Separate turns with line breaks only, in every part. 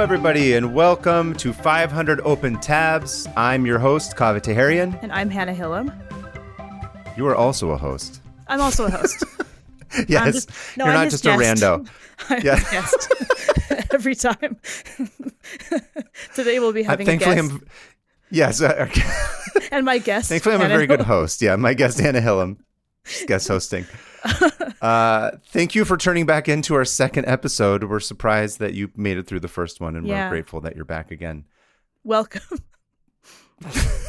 everybody, and welcome to 500 Open Tabs. I'm your host, Kava Taharian.
And I'm Hannah Hillam.
You are also a host.
I'm also a host.
Yes,
just- no,
you're
I'm
not
his
just a
guest.
rando.
I'm
Yeah.
a guest every time. Today we'll be having a
Uh, Thankfully,
guest.
I'm. Yes, uh,
And my guest.
thankfully I'm a
Hannah
very good
Hillam.
host. Yeah, my guest Anna Hillam, she's guest hosting. Uh, thank you for turning back into our second episode. We're surprised that you made it through the first one, and
Yeah.
we're grateful that you're back again.
Welcome.
Uh,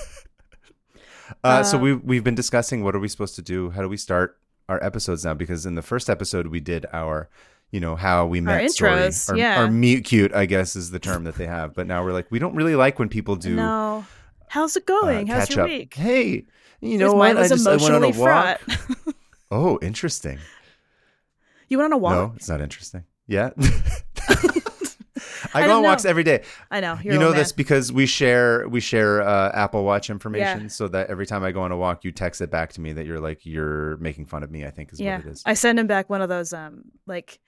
Um,
so we we've been discussing what are we supposed to do? How do we start our episodes now? Because in the first episode we did our, you know, how we met
intros,
story, or,
yeah.
or mute cute, I guess is the term that they have. But now we're like, we don't really like when people do
No. How's it
uh,
going? How's
catch
your
up.
week?
Hey, you
Because
know
mine
what? I
was
just I went on a
emotionally
walk.
fraught.
Oh, interesting.
you went on a walk?
No, it's not interesting. Yeah. I,
I
go on
don't
walks
know.
every day.
I know. You're
you know
old man.
this because we share we share uh, Apple Watch information, so that every time I go on a walk, you text it back to me that you're like you're making fun of me. I think is
Yeah.
what it is.
I send him back one of those um like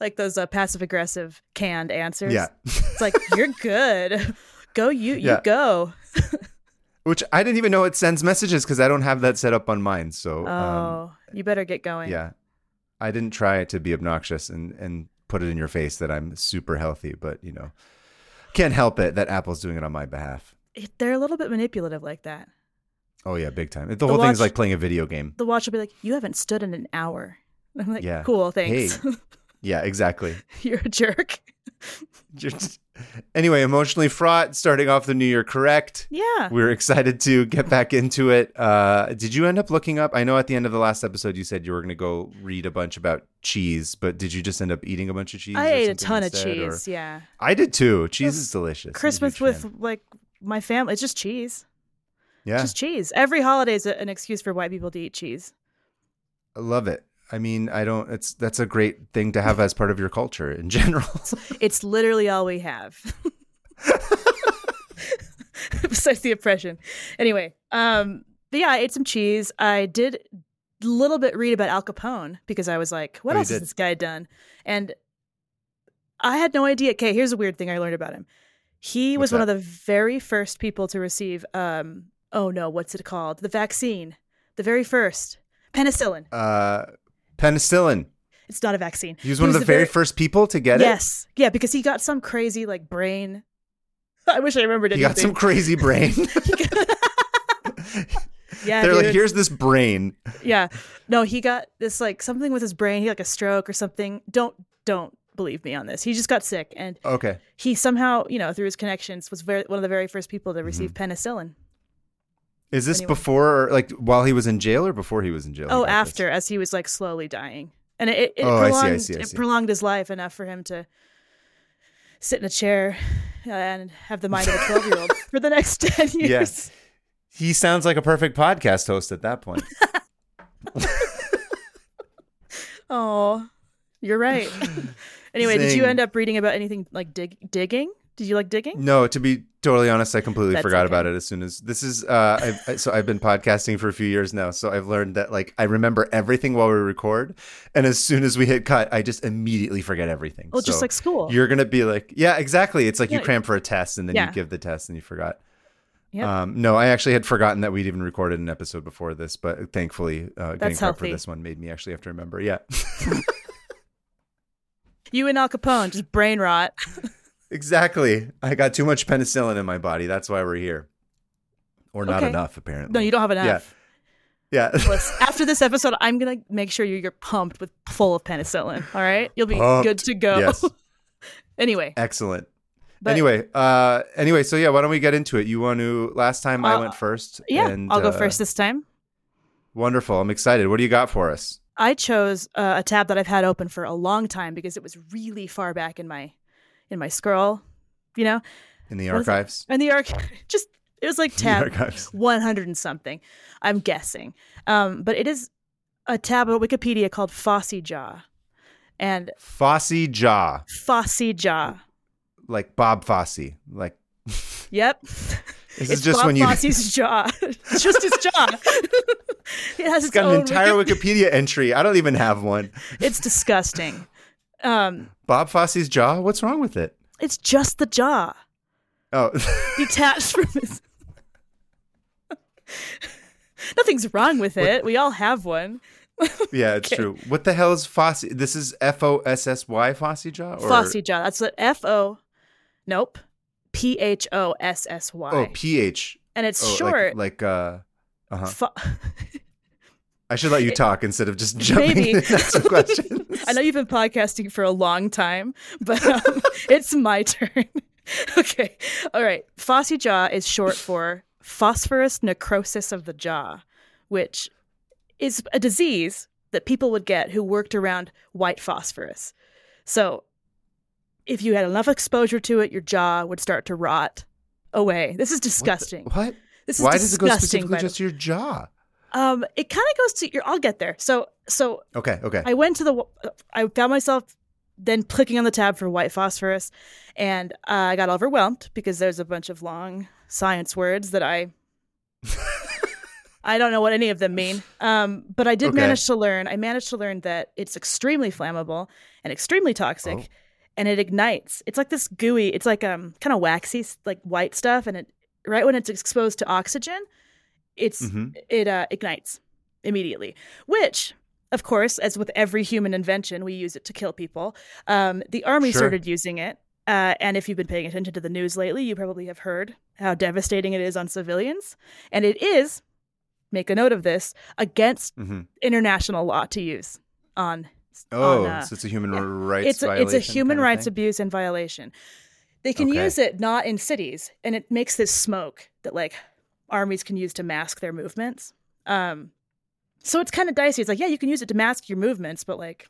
like those uh, passive aggressive canned answers.
yeah,
It's like, you're good. Go you
Yeah.
you go.
which I didn't even know it sends messages because I don't have that set up on mine. So um,
Oh, you better get going.
yeah, I didn't try to be obnoxious and and put it in your face that I'm super healthy, but you know, can't help it that Apple's doing it on my behalf.
It- They're a little bit manipulative like that.
Oh yeah, big time. The, whole thing is
watch-
like playing a video game.
The watch will be like, "You haven't stood in an hour." And I'm like,
Yeah.
"Cool, thanks.
Yeah, exactly.
You're a jerk."
Just- anyway, emotionally fraught. Starting off the new year correct.
Yeah.
We're excited to get back into it. Uh, did you end up looking up? I know at the end of the last episode you said you were going to go read a bunch about cheese, but did you just end up eating a bunch of cheese?
I
or
ate a
something
ton of
instead, or-
cheese. Yeah.
I did too. Cheese is delicious. I'm a
Christmas
huge
with
fan.
like my family. It's just cheese.
yeah,
Just cheese. Every holiday is a- an excuse for white people to eat cheese.
I love it. I mean, I don't. It's that's a great thing to have as part of your culture in general.
It's literally all we have. Besides the oppression. Anyway, um, but yeah, I ate some cheese. I did a little bit read about Al Capone because I was like, what
Oh, you
else has
did?
this guy done? And I had no idea. Okay, here's a weird thing I learned about him. He
What's
was one of the very first people to receive um oh no, what's it called? The vaccine. The very first. Penicillin.
uh, penicillin.
It's not a vaccine.
He was one of the, very, first people to get it.
Yes. Yeah, because he got some crazy like brain. I wish I remembered
He
anything.
got some crazy brain.
yeah,
They're like,
dude.
here's this brain.
yeah. No, he got this like something with his brain. He had, like a stroke or something. Don't don't believe me on this. He just got sick, and
Okay.
he somehow, you know, through his connections, was very, one of the very first people to receive
Mm-hmm.
penicillin.
Is this
Anyway.
before, or like, while he was in jail, or before he was in jail?
Oh,
Like this?
after as he was like slowly dying, and it, it, it
Oh, I see, I
prolonged
see, I see.
it prolonged his life enough for him to sit in a chair uh, and have the mind of a twelve year old for the next ten years.
Yes. He sounds like a perfect podcast host at that point.
Oh, you're right. anyway, did you
Zing.
end up reading about anything like dig- digging? Did you like digging?
no, to be totally honest, I completely
That's
forgot
okay.
about it as soon as this is. Uh, I've, I- so I've been podcasting for a few years now, so I've learned that like I remember everything while we record, and as soon as we hit cut, I just immediately forget everything.
Well, Oh, just
So
like school.
You're gonna be like, yeah, exactly. It's like you
Yeah.
cram for a test, and then
Yeah.
you give the test, and you forgot.
Yeah.
Um, no, I actually had forgotten that we'd even recorded an episode before this, but thankfully, uh, getting
That's
prepped for
healthy.
this one made me actually have to remember. Yeah,
You and Al Capone, just brain rot.
exactly. I got too much penicillin in my body. That's why we're here, or not
Okay.
enough apparently.
No, you don't have enough.
Yeah, yeah.
Listen, after this episode, I'm gonna make sure you- you're pumped with full of penicillin. All right, you'll be good
Pumped.
to go.
Yes,
anyway,
excellent.
But-
anyway, uh, anyway, so yeah, why don't we get into it? You want to? Last time I
Uh,
went first.
yeah,
and,
I'll go
uh,
first this time.
Wonderful. I'm excited. What do you got for us?
I chose uh, a tab that I've had open for a long time because it was really far back in my in my scroll, you know,
In the
What is it?
archives.
and the arc. Just it was like
The
tab
archives.
100 and something. I'm guessing. Um, but it is a tab on Wikipedia called Fossy Jaw. And
Fossey Jaw,
Fossy Jaw.
like Bob Fosse, like
Yep.
This is
it's
just
Bob
when you.
Fosse's jaw. It's just his jaw. it has its
It's got
own
an entire
Wiki-
Wikipedia entry. I don't even have one.
It's disgusting. Um,
Bob Fosse's jaw. What's wrong with it?
It's just the jaw
Oh,
detached from his. Nothing's wrong with it. We all have one.
yeah, it's true. What the hell is Fossy? This is F O S S Y Fossy Jaw? Or-
Flossy jaw. That's what F O. Nope. P H O S S Y.
Oh, P H.
and it's
Oh, like-
short.
Like, uh, uh huh.
Fo-
I should let you talk instead of just jumping
Maybe.
in and asking questions.
I know you've been podcasting for a long time, but um, it's my turn. okay. All right. Fossy jaw is short for phosphorus necrosis of the jaw, which is a disease that people would get who worked around white phosphorus. So if you had enough exposure to it, your jaw would start to rot away. This is disgusting.
What?
This is
Why does it
disgusting.
go specifically
by the-
just to your jaw?
um, it kind of goes to your. I'll get there. So, so
Okay, okay.
I went to the. I found myself then clicking on the tab for white phosphorus, and uh, I got overwhelmed because there's a bunch of long science words that I. I don't know what any of them mean, um, but I did
Okay.
manage to learn. I managed to learn that it's extremely flammable and extremely toxic,
Oh.
and it ignites. It's like this gooey. It's like um kind of waxy, s- like white stuff, and it right when it's exposed to oxygen, it's
Mhm.
it uh, ignites immediately. Which, of course, as with every human invention, we use it to kill people. Um, the army
Sure.
started using it. Uh, and if you've been paying attention to the news lately, you probably have heard how devastating it is on civilians. And it is, make a note of this, against
hmm
international law to use on.
Oh,
on, uh,
so it's a human
yeah.
rights
it's, a,
violation.
it's a human
kind of
rights
thing?
abuse and violation. They can
Okay.
use it not in cities, and it makes this smoke that like armies can use to mask their movements. Um, so it's kind of dicey. It's like, yeah, you can use it to mask your movements, but like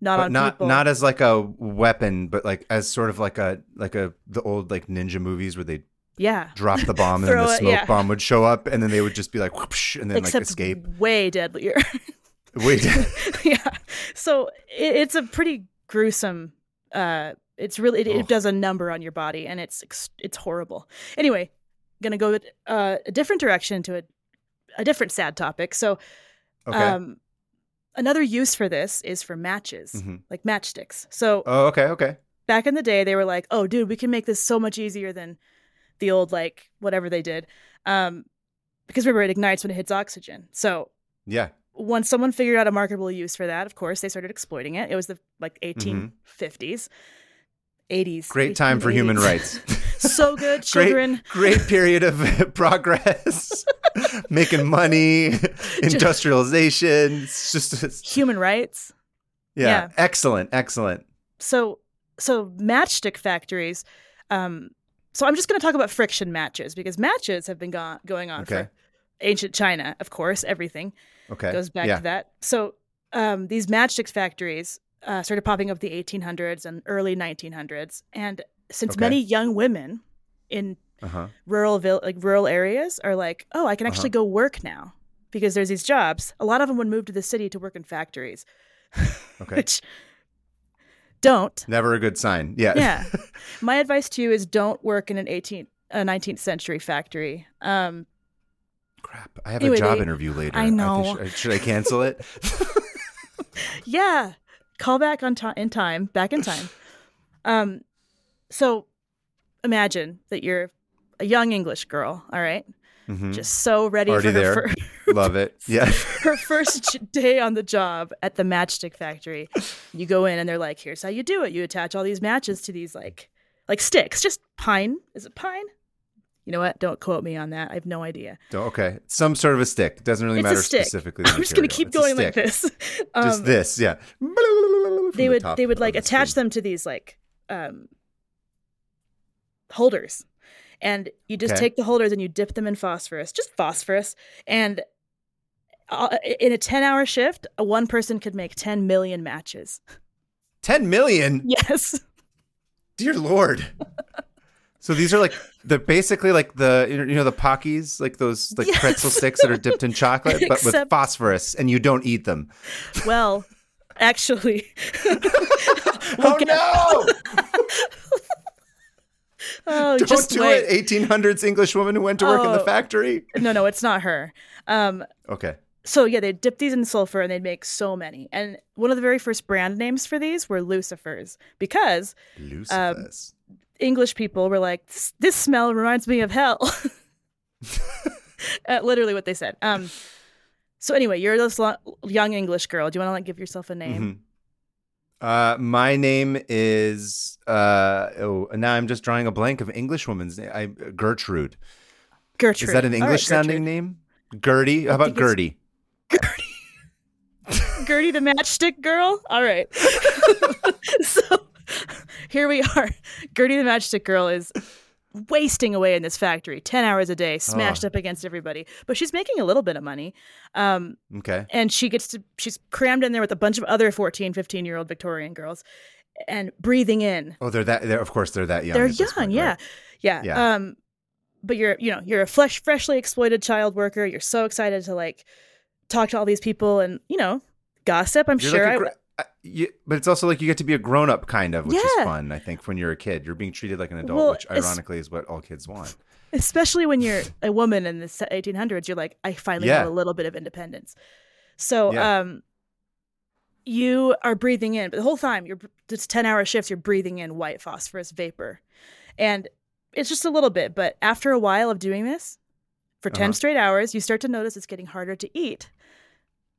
not
But
on
not
people.
not as like a weapon, but like as sort of like a like a the old like ninja movies where they
yeah,
drop the bomb and then
Throw
the
it,
smoke
yeah.
bomb would show up and then they would just be like whoopsh and then like
except
escape.
way deadlier.
Wait,
yeah. So it, it's a pretty gruesome. Uh, it's really it,
Ugh.
it does a number on your body, and it's ex- it's horrible. Anyway, gonna go with, uh, a different direction to a a different sad topic. So,
okay.
um, another use for this is for matches,
Mhm.
like matchsticks. So
oh, okay, okay.
back in the day, they were like, "Oh, dude, we can make this so much easier than the old like whatever they did," um, because remember it ignites when it hits oxygen. So
Yeah.
once someone figured out a marketable use for that, of course, they started exploiting it. It was the like 1850s, 80s.
Mm-hmm. Great time for human
1880s.
rights.
so good, children.
Great, great period of progress, making money, industrialization. It's just, it's-
Human rights.
yeah,
Yeah.
excellent, excellent.
So so matchstick factories. Um, so I'm just going to talk about friction matches because matches have been go- going on
Okay.
for ancient China, of course. Everything
Okay,
goes back
yeah.
to that. So um, these matchstick factories uh, started popping up the 1800s and early 1900s, and since
Okay.
many young women in
Uh-huh.
rural vil- like rural areas are like, oh, I can actually go work now because there's these jobs. A lot of them would move to the city to work in factories,
Okay,
which don't.
never a good sign. Yeah,
Yeah, my advice to you is don't work in an 18th, a 19th century factory. Um,
Crap, I have
Anyway,
a job
they-
interview later.
I
think-
know.
should, should I cancel it?
yeah, call back on time in time, back in time. Um, so imagine that you're a young English girl, all right?
Mhm.
just so ready
Already
for her
there.
fir-
Love it. Yeah.
her first j- day on the job at the matchstick factory you go in and they're like here's how you do it you attach all these matches to these like like sticks just pine is it pine you know what don't quote me on that i have no idea
Don't- Okay. Some sort of a stick. Doesn't really
It's a
matter
stick.
specifically. the
i'm just going to
material.
keep
It's a
going
stick.
like this
Just
Um,
this. Yeah. From
they
the
would
top
they would
of
like
the
attach
screen.
them to these like um holders and you just
Okay.
take the holders and you dip them in phosphorus just phosphorus and uh, in a 10 hour shift one person could make 10 million matches
Ten million.
yes
Dear Lord. So these are like the basically like the you know the pockies like those like
Yes.
pretzel sticks that are dipped in chocolate but with
Except-
phosphorus and you don't eat them.
well actually
Oh no!
oh
Don't
just
do
wait
it. 1800s English woman who went to work in the
Oh.
factory.
no no it's not her um
Okay.
so yeah, they'd dip these in sulfur and they'd make so many. And one of the very first brand names for these were Lucifers because
Lucifers.
English people were like, "This- "This smell reminds me of hell." uh, literally what they said. Um, so anyway, you're this lo- young English girl. Do you want to like give yourself a name?
Mhm. Uh, my name is uh, oh, now I'm just drawing a blank of English woman's name. I Gertrude.
Gertrude.
Is that an
All right,
English sounding name? Gertie. How about
think it's-
Gertie?
Gertrude. Gertie the Matchstick Girl. All right. so here we are. Gertie the Matchstick Girl is wasting away in this factory, ten hours a day, smashed
Oh.
up against everybody. But she's making a little bit of money. Um,
Okay.
and she gets to she's crammed in there with a bunch of other 14 15 year old victorian girls and breathing in
Oh, they're that. They're of course they're that young.
they're
at
young
this point,
yeah.
right?
yeah
Yeah.
um but you're you know you're a flesh freshly exploited child worker you're so excited to like talk to all these people and you know gossip i'm
You're
sure
like
I,
a gr- I- you, but it's also like you get to be a grown up kind of, which
Yeah.
is fun. I think when you're a kid, you're being treated like an adult,
Well,
which
it's-
ironically is what all kids want.
especially when you're a woman in the se- 1800s you're like i finally
Yeah.
have a little bit of independence so
Yeah.
um you are breathing in but the whole time you're it's 10 hour shifts you're breathing in white phosphorus vapor and it's just a little bit but after a while of doing this for 10
Uh-huh.
straight hours you start to notice it's getting harder to eat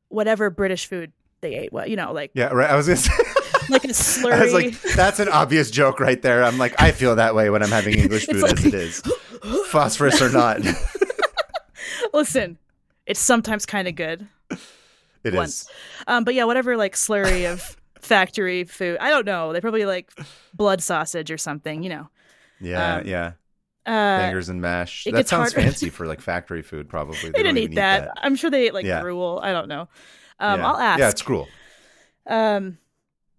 whatever british food they ate well you know like
Yeah, right. I was gonna say,
like
I
a
was
slurry
like, that's an obvious joke right there. I'm like, I feel that way when I'm having English
It's
food
like-
as it is, phosphorus or not, it is.
listen it's sometimes kind of good Once. Um, but yeah, whatever like slurry of factory food. I don't know. They probably like blood sausage or something, you know.
Yeah,
Um,
yeah.
Uh,
Bangers and mash.
it
That
gets
sounds
harder.
fancy for like factory food, probably.
they
don't
didn't
even
eat that. I'm sure they ate like
Yeah.
gruel. I don't know. Um,
Yeah.
I'll ask.
Yeah, it's cruel.
um,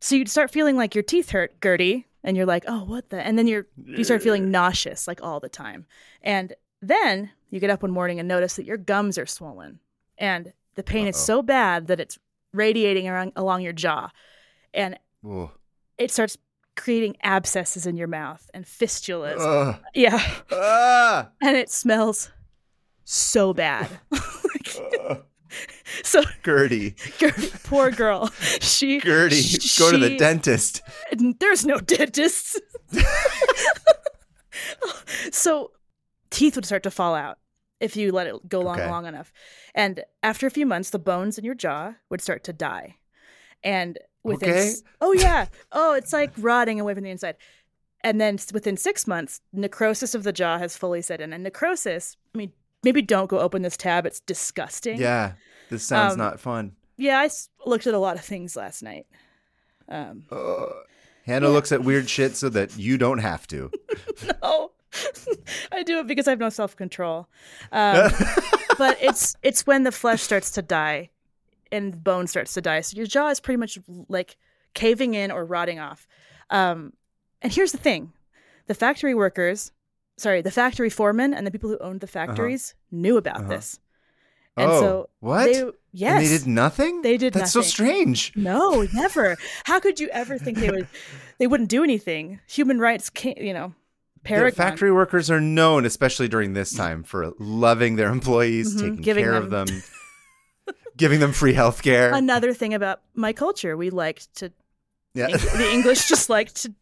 so you'd start feeling like your teeth hurt, Gertie, and you're like, oh, what the? And then you're you start
Uh.
feeling nauseous like all the time, and then you get up one morning and notice that your gums are swollen, and the pain is
Uh-oh.
so bad that it's radiating around along your jaw, and
Ooh.
it starts creating abscesses in your mouth and fistulas.
Ugh.
yeah.
Ah!
And it smells so bad. Like,
Ugh.
so
Gertie,
Gertie, poor girl. She
Gertie, go to the
she-
dentist.
There's no dentists. so teeth would start to fall out if you let it go long
Okay.
long enough. And after a few months the bones in your jaw would start to die. And within
Okay.
s- Oh yeah. Oh, it's like rotting away from the inside. And then s- within 6 months necrosis of the jaw has fully set in. And necrosis, I mean, maybe don't go open this tab. It's disgusting.
Yeah, this sounds
Um,
not fun.
Yeah, I s- looked at a lot of things last night. Um
Ugh. Hannah
yeah.
looks at weird shit so that you don't have to.
Oh, I do it because I have no self control. Um, but it's it's when the flesh starts to die and bone starts to die, so your jaw is pretty much like caving in or rotting off. Um, and here's the thing: the factory workers, sorry, the factory foremen and the people who owned the factories knew about
Uh-huh.
this, and
oh,
so
what?
they yes.
And they did nothing?
They did
That's so
nothing.
strange.
no, never. How could you ever think they would? They wouldn't do anything. Human rights, can't, you know,
The
paragon.
factory workers are known, especially during this time, for loving their employees,
Mhm,
taking
giving
care of them, giving them free health care.
another thing about my culture we like to
yeah.
the english just like to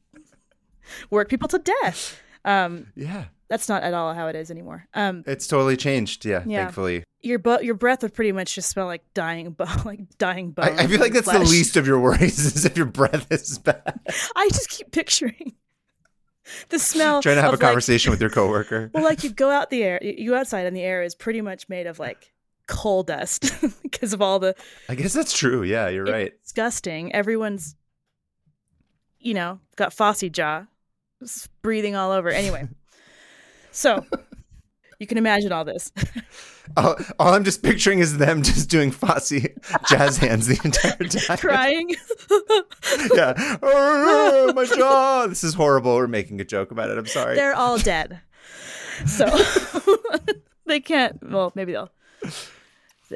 work people to death um,
yeah.
that's not at all how it is anymore um,
It's totally changed. Yeah,
Yeah.
thankfully.
your bo- your breath would pretty much just smell like dying bone like dying bone
I, I feel like that's the least of your worries is if your breath is bad.
i just keep picturing the smell
Trying to have a
of, like-
conversation with your coworker.
well like you go out the air you go outside and the air is pretty much made of like coal dust because of all the
I guess that's true. Yeah, you're right.
It's disgusting. Everyone's, you know, got Fosse jaw, s- breathing all over. Anyway, so you can imagine all this.
All, Uh, all I'm just picturing is them just doing Fosse jazz hands the entire time.
Crying.
Yeah. Oh, my jaw. This is horrible. We're making a joke about it. I'm sorry.
They're all dead. So they can't. Well, maybe they'll.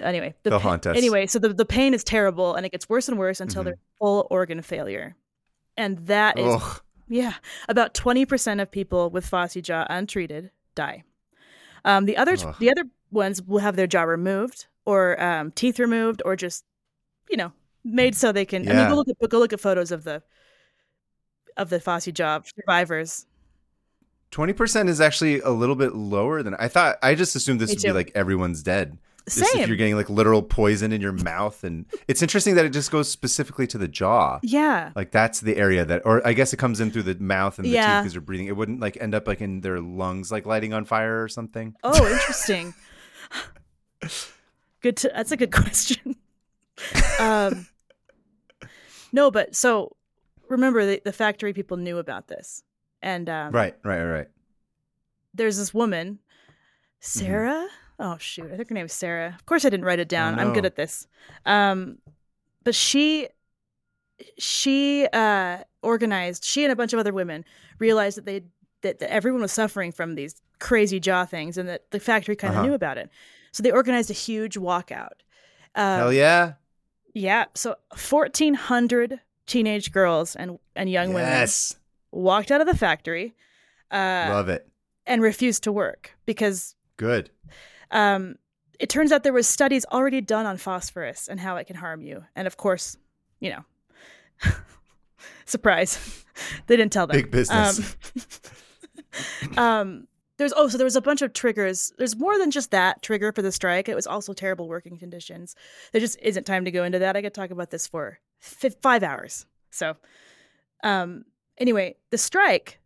Anyway, the
They'll
pa-
haunt us. Mm-hmm.
Anyway, so the, the pain is terrible and it gets worse and worse until there's full organ failure. And that is,
Ugh.
yeah, about 20% of people with Fosse jaw untreated die. Um, the other
Ugh.
the other ones will have their jaw removed or um, teeth removed, or just you know made so they can. I mean,
Yeah.
go look at go look at photos of the of the Fosse job survivors.
Twenty percent is actually a little bit lower than I thought. I just assumed this
Me
would
too.
be like everyone's dead. Just
Same.
if you're getting like literal poison in your mouth, and it's interesting that it just goes specifically to the jaw.
yeah.
Like that's the area that, or I guess it comes in through the mouth and the
Yeah.
teeth because you're breathing. It wouldn't like end up like in their lungs, like lighting on fire or something.
Oh, interesting. good. To, that's a good question. um, no, but so remember the, the factory people knew about this, and um,
Right, right, right.
there's this woman,
Mm-hmm.
Sarah. Oh shoot, I think her name is Sarah. Of course, I didn't write it down. I'm good
no.
at this. Um, but she, she uh, organized. She and a bunch of other women realized that they that, that everyone was suffering from these crazy jaw things, and that the factory kind of
Uh-huh.
knew about it. So they organized a huge walkout. Um,
Hell yeah.
yeah! So 1,400 teenage girls and and young
yes.
women walked out of the factory. Uh,
Love it.
and refused to work because
Good.
um, it turns out there was studies already done on phosphorus and how it can harm you. And of course, you know, surprise, they didn't tell them.
Big business.
Um, um, there's oh, so there was a bunch of triggers. There's more than just that trigger for the strike. It was also terrible working conditions. There just isn't time to go into that. I could talk about this for fi five hours. So, um, anyway, the strike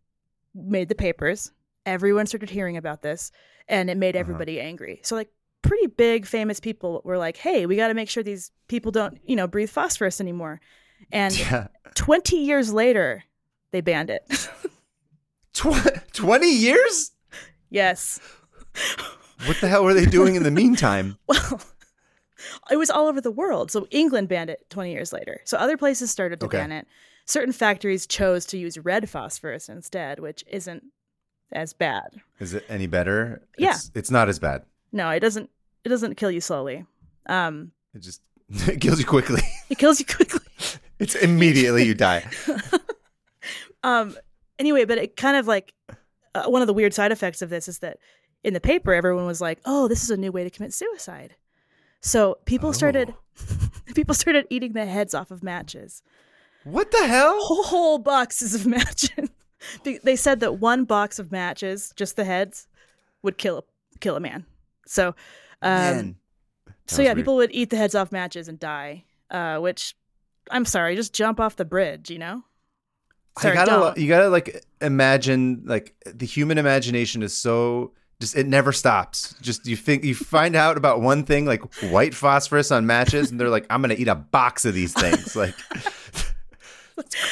made the papers. Everyone started hearing about this, and it made
Uh-huh.
everybody angry. So, like, pretty big famous people were like, "Hey, we got to make sure these people don't, you know, breathe phosphorus anymore." And
Yeah.
20 years later, they banned it.
Tw- 20 years?
yes.
What the hell were they doing in the meantime?
Well, it was all over the world. So England banned it 20 years later. So other places started to
Okay.
ban it. Certain factories chose to use red phosphorus instead, which isn't as bad.
Is it any better?
Yeah.
It's, it's not as bad.
No, it doesn't it doesn't kill you slowly. Um,
It just it kills you quickly.
it kills you quickly.
It's immediately you die.
Um, anyway, but it kind of like uh, one of the weird side effects of this is that in the paper, everyone was like, "Oh, this is a new way to commit suicide." So people started
Oh.
people started eating the heads off of matches,
What the hell?
whole boxes of matches. They- they said that one box of matches, just the heads, would kill a, kill a man. So, um,
Man.
so
Sounds
yeah,
weird.
people would eat the heads off matches and die. Uh, which, I'm sorry, just jump off the bridge, you know.
I
Sorry,
gotta,
don't.
lo- you gotta like imagine like the human imagination is so just it never stops. Just you think you find out about one thing like white phosphorus on matches, and they're like, I'm gonna eat a box of these things. Like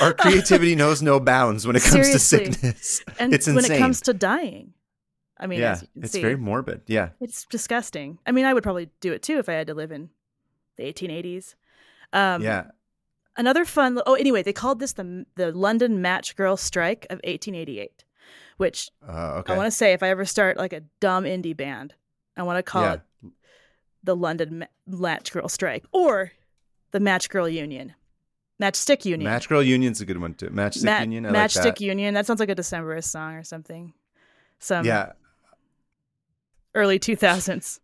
our creativity knows no bounds when it comes
Seriously.
to sickness.
and
it's
when
insane.
it comes to dying, I mean,
yeah,
as you can
it's
see,
very morbid. Yeah,
it's disgusting. I mean, I would probably do it too if I had to live in the 1880s. Um,
yeah.
Another fun. Oh, anyway, they called this the the London Match Girl Strike of 1888, which
Uh, okay.
I want to say if I ever start like a dumb indie band, I want to call
Yeah.
it the London Ma- Match Girl Strike or the Match Girl Union, Matchstick Union,
Match Girl Union's a good one too. Matchstick
Ma-
Union. I
Matchstick
like that.
Union. That sounds like a Decemberist song or something. Some
yeah,
early 2000s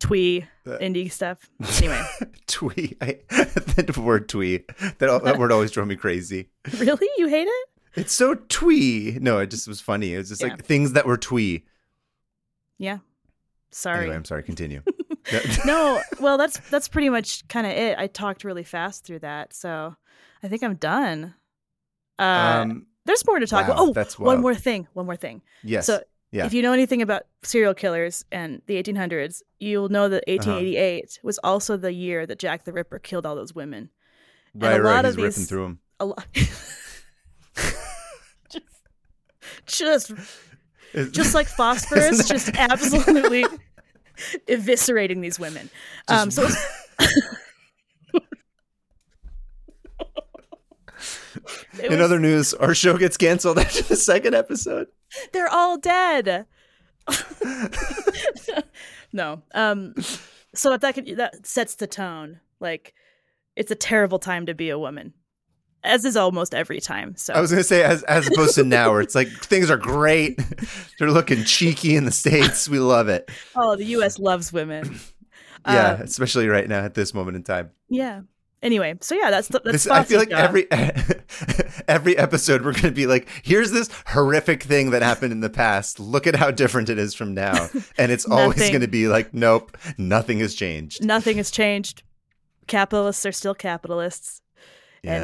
twee
Uh,
indie stuff. Anyway,
twee. I, the word twee. That, that word always drove me crazy.
really, you hate it?
It's so twee. No, it just was funny. It was just
Yeah.
like things that were twee.
Yeah. Sorry.
Anyway, I'm sorry. Continue.
no, well, that's that's pretty much kind of it. I talked really fast through that, so I think I'm done. Uh,
um,
there's more to talk
wow,
about.
that's
Oh, one
wild.
more thing. One more thing.
yes.
So
yeah.
if you know anything about serial killers and the 1800s, you'll know that
Uh-huh.
1888 was also the year that Jack the Ripper killed all those women.
right,
a
right.
lot
He's
of
ripping
these-
through them.
A lot. just, just like phosphorus,
Isn't
just absolutely eviscerating these women. Um, so it
In
was-
other news, our show gets canceled after the second episode.
they're all dead. no. Um so if that could, that sets the tone. Like it's a terrible time to be a woman. As is almost every time. So
I was gonna say, as as opposed to now, where it's like things are great, they're looking cheeky in the states. We love it.
oh, the US loves women.
yeah,
Um,
especially right now at this moment in time.
yeah. Anyway, so yeah, that's the, that's.
This, I feel like
Fossey Jaw.
every every episode we're going to be like, here's this horrific thing that happened in the past. Look at how different it is from now, and it's always
Nothing.
going to be like, nope, nothing has changed.
nothing has changed. Capitalists are still capitalists,
Yeah.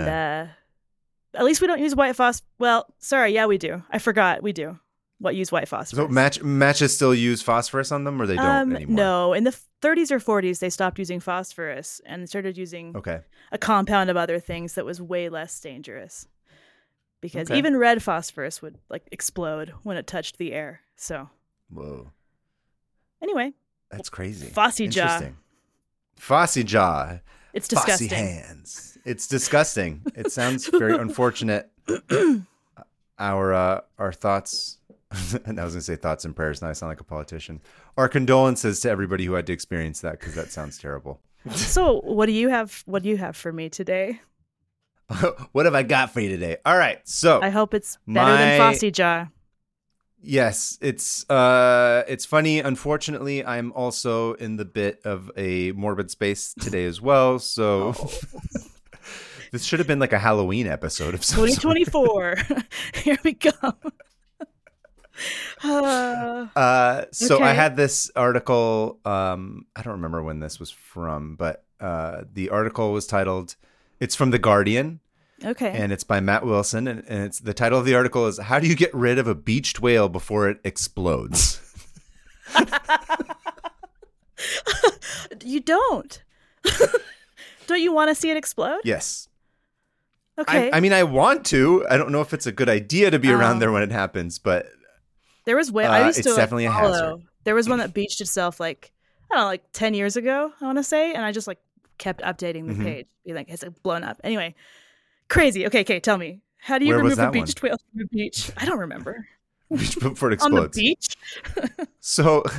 and uh, at least we don't use white phos. Well, sorry, yeah, we do. I forgot we do. What use white phosphorus?
so match matches still use phosphorus on them, or they don't
um,
anymore.
no, in the 30s or 40s, they stopped using phosphorus and started using
Okay.
a compound of other things that was way less dangerous. Because
Okay.
even red phosphorus would like explode when it touched the air. So
Whoa,
anyway,
that's crazy.
Fossy jaw.
Interesting. Fossy jaw.
it's
Fossy
disgusting.
hands. It's disgusting. it sounds very unfortunate. our uh, our thoughts. and I was going to say thoughts and prayers. Now I sound like a politician. Our condolences to everybody who had to experience that because that sounds terrible.
so what do you have? What do you have for me today?
what have I got for you today? All right. So
I hope it's better than
Oh, My-
Fossy Jaw.
Yes, it's uh it's funny. Unfortunately, I'm also in the bit of a morbid space today as well. So
Oh.
this should have been like a Halloween episode of some sort.
2024. Here we come. Uh,
Uh, so I
Okay.
had this article. Um, I don't remember when this was from, but uh, the article was titled. It's from the Guardian,
okay.
and it's by Matt Wilson, and, and it's the title of the article is "How do you get rid of a beached whale before it explodes?"
you don't. don't you want to see it explode?
yes,
Okay.
I, I mean I want to. I don't know if it's a good idea to be around
Um,
there when it happens, but
there was way I
uh,
used
it's
to like,
definitely a hazard. Mm-hmm.
follow- There was one that beached itself like I don't know, like 10 years ago, I want to say, and I just like kept updating the
Mhm.
page. Be like, it's like, blown up. Anyway, crazy. Okay, okay, tell me. How do you
Where was
remove a
that one?
beached whale from the beach? I don't remember.
before it
On the
explodes.
beach?
So,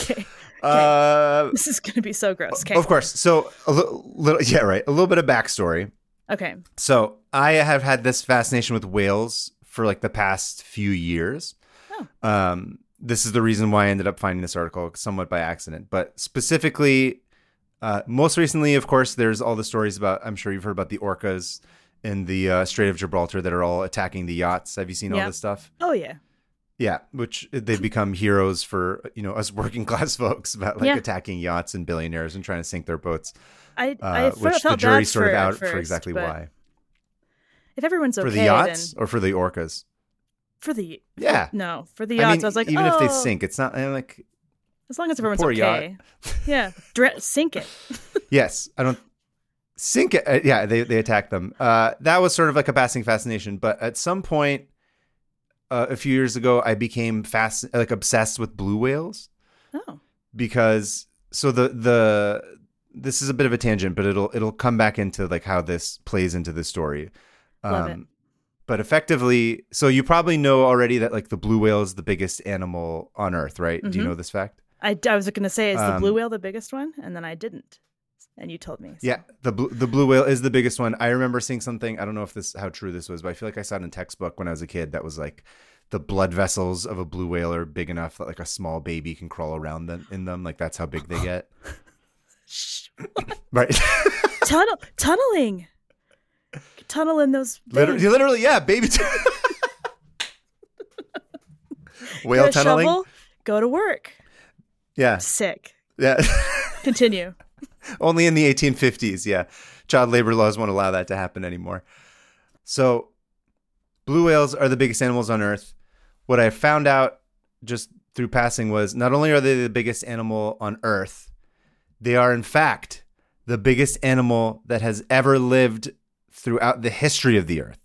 Okay.
uh,
This is going to be so gross. Okay.
of course. So a li- little, yeah, right. A little bit of backstory.
Okay.
So I have had this fascination with whales for like the past few years.
Oh.
Um, this is the reason why I ended up finding this article somewhat by accident, but specifically, uh, most recently, of course, there's all the stories about. I'm sure you've heard about the orcas in the uh, Strait of Gibraltar that are all attacking the yachts. Have you seen all
Yeah.
this stuff?
Oh yeah.
Yeah, which uh, they become heroes for you know us working class folks about like
Yeah.
attacking yachts and billionaires and trying to sink their boats,
I,
uh,
I fe-
which
felt
the jury's
bad
sort
for,
of
it at
out for
first,
exactly
but
why.
If everyone's okay,
for the yachts
then
or for the orcas?
for the
Yeah.
no for the
I
yachts, I,
mean,
was like,
even if they
"Oh,
sink, it's not I'm like
as long as everyone's
poor yacht.
okay, yeah, Dr- sink it.
yes, I don't sink. It, uh, yeah, they they attack them. Uh, that was sort of like a passing fascination, but at some point uh, a few years ago, I became fast like obsessed with blue whales
Oh,
because so the the this is a bit of a tangent, but it'll it'll come back into like how this plays into the story. Um,
Love it.
But effectively, so you probably know already that like the blue whale is the biggest animal on Earth, right? Do you
Mhm.
know this fact?
I, I was going to say, is the blue
Um,
whale the biggest one? And then I didn't, and you told me. so.
Yeah, the blue, the blue whale is the biggest one. I remember seeing something. I don't know if this how true this was, but I feel like I saw it in a textbook when I was a kid. That was like the blood vessels of a blue whale are big enough that like a small baby can crawl around them in them. Like that's how big they get.
Shh.
Right.
tunnel tunneling, tunnel in those.
literally,
things.
literally, yeah, baby. whale
Get a
tunneling.
shovel, go to work.
Yeah,
Sick.
yeah.
Continue.
Only in the 1850s. Yeah, child labor laws won't allow that to happen anymore. So, blue whales are the biggest animals on Earth. What I found out just through passing was not only are they the biggest animal on Earth, they are in fact the biggest animal that has ever lived throughout the history of the Earth.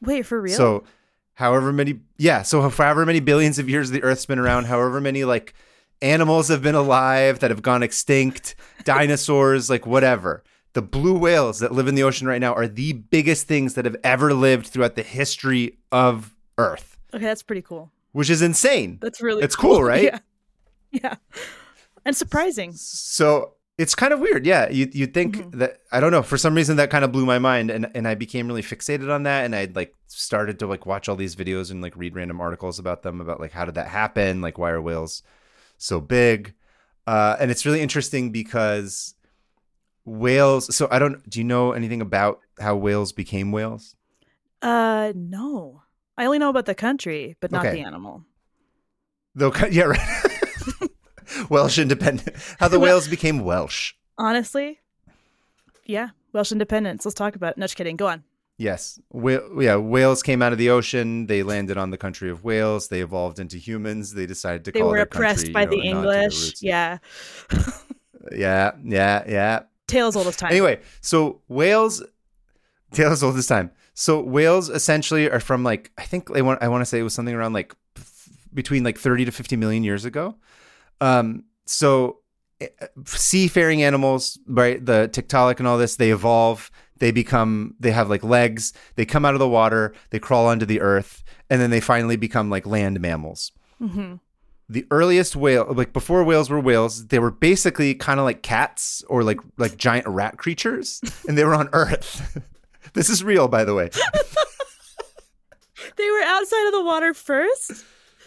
Wait for real.
So, however many, yeah, so for however many billions of years the Earth's been around, however many like animals have been alive that have gone extinct, dinosaurs, like whatever. The blue whales that live in the ocean right now are the biggest things that have ever lived throughout the history of Earth,
okay, that's pretty cool.
which is insane.
That's really.
It's cool, right?
Yeah. Yeah. And surprising.
So it's kind of weird. Yeah. You, you'd think that, I don't know, for some reason that kind of blew my mind. And, and I became really fixated on that. And I like started to like watch all these videos and like read random articles about them about like how did that happen? Like, why are whales so big. Uh, and it's really interesting because whales. So I don't. Do you know anything about how whales became whales?
Uh, no. I only know about the country, but not
Okay.
the animal.
Though, yeah, right. Welsh independent. How the
Well-
whales became Welsh.
Honestly, yeah. Welsh independence. Let's talk about it. No, just kidding. Go on.
Yes. Wh- yeah, whales came out of the ocean. They landed on the country of Wales. They evolved into humans. They decided to
They
call
were
their country,
oppressed by
you know,
the
a nod to their
English.
roots.
Yeah.
Yeah, yeah, yeah.
Tales oldest time.
Anyway, so Wales Tales all this time. So Wales essentially are from like I think they want I want to say it was something around like f- between like 30 to 50 million years ago. Um so eh, eh, seafaring animals, right, the Tiktaalik and all this, they evolve, they become they have like legs, they come out of the water, they crawl onto the earth, and then they finally become like land mammals
hmm
the earliest whale like before whales were whales they were basically kind of like cats or like like giant rat creatures and they were on earth this is real by the way
They were outside of the water first.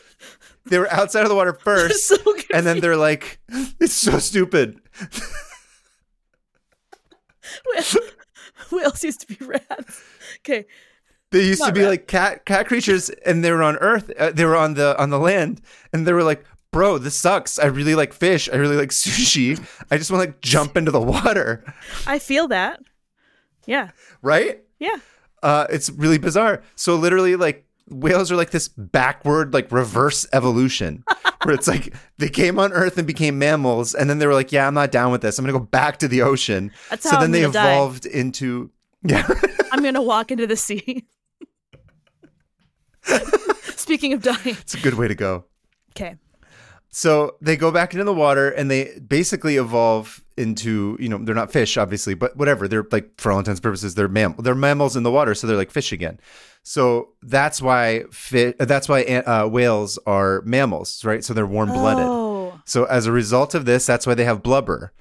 they were outside of the water first
so good.
and then they're like it's so stupid
Whales used to be rats. Okay.
they used to
Not
be
rat.
like cat cat creatures and they were on earth uh, they were on the on the land and they were like bro this sucks i really like fish i really like sushi i just want to like jump into the water
I feel that. Yeah.
right
Yeah.
Uh, it's really bizarre. So literally, like whales are like this backward, like reverse evolution, where it's like they came on Earth and became mammals, and then they were like, "Yeah, I'm not down with this. I'm gonna go back to the ocean."
That's
so
how
then
I'm
they
gonna die.
evolved into yeah,
I'm going to walk into the sea. Speaking of dying.
it's a good way to go.
Okay.
So they go back into the water and they basically evolve into you know they're not fish obviously but whatever they're like for all intents and purposes they're mam they're mammals in the water so they're like fish again. So that's why fi- that's why uh, whales are mammals right so they're warm blooded.
Oh.
So as a result of this, that's why they have blubber.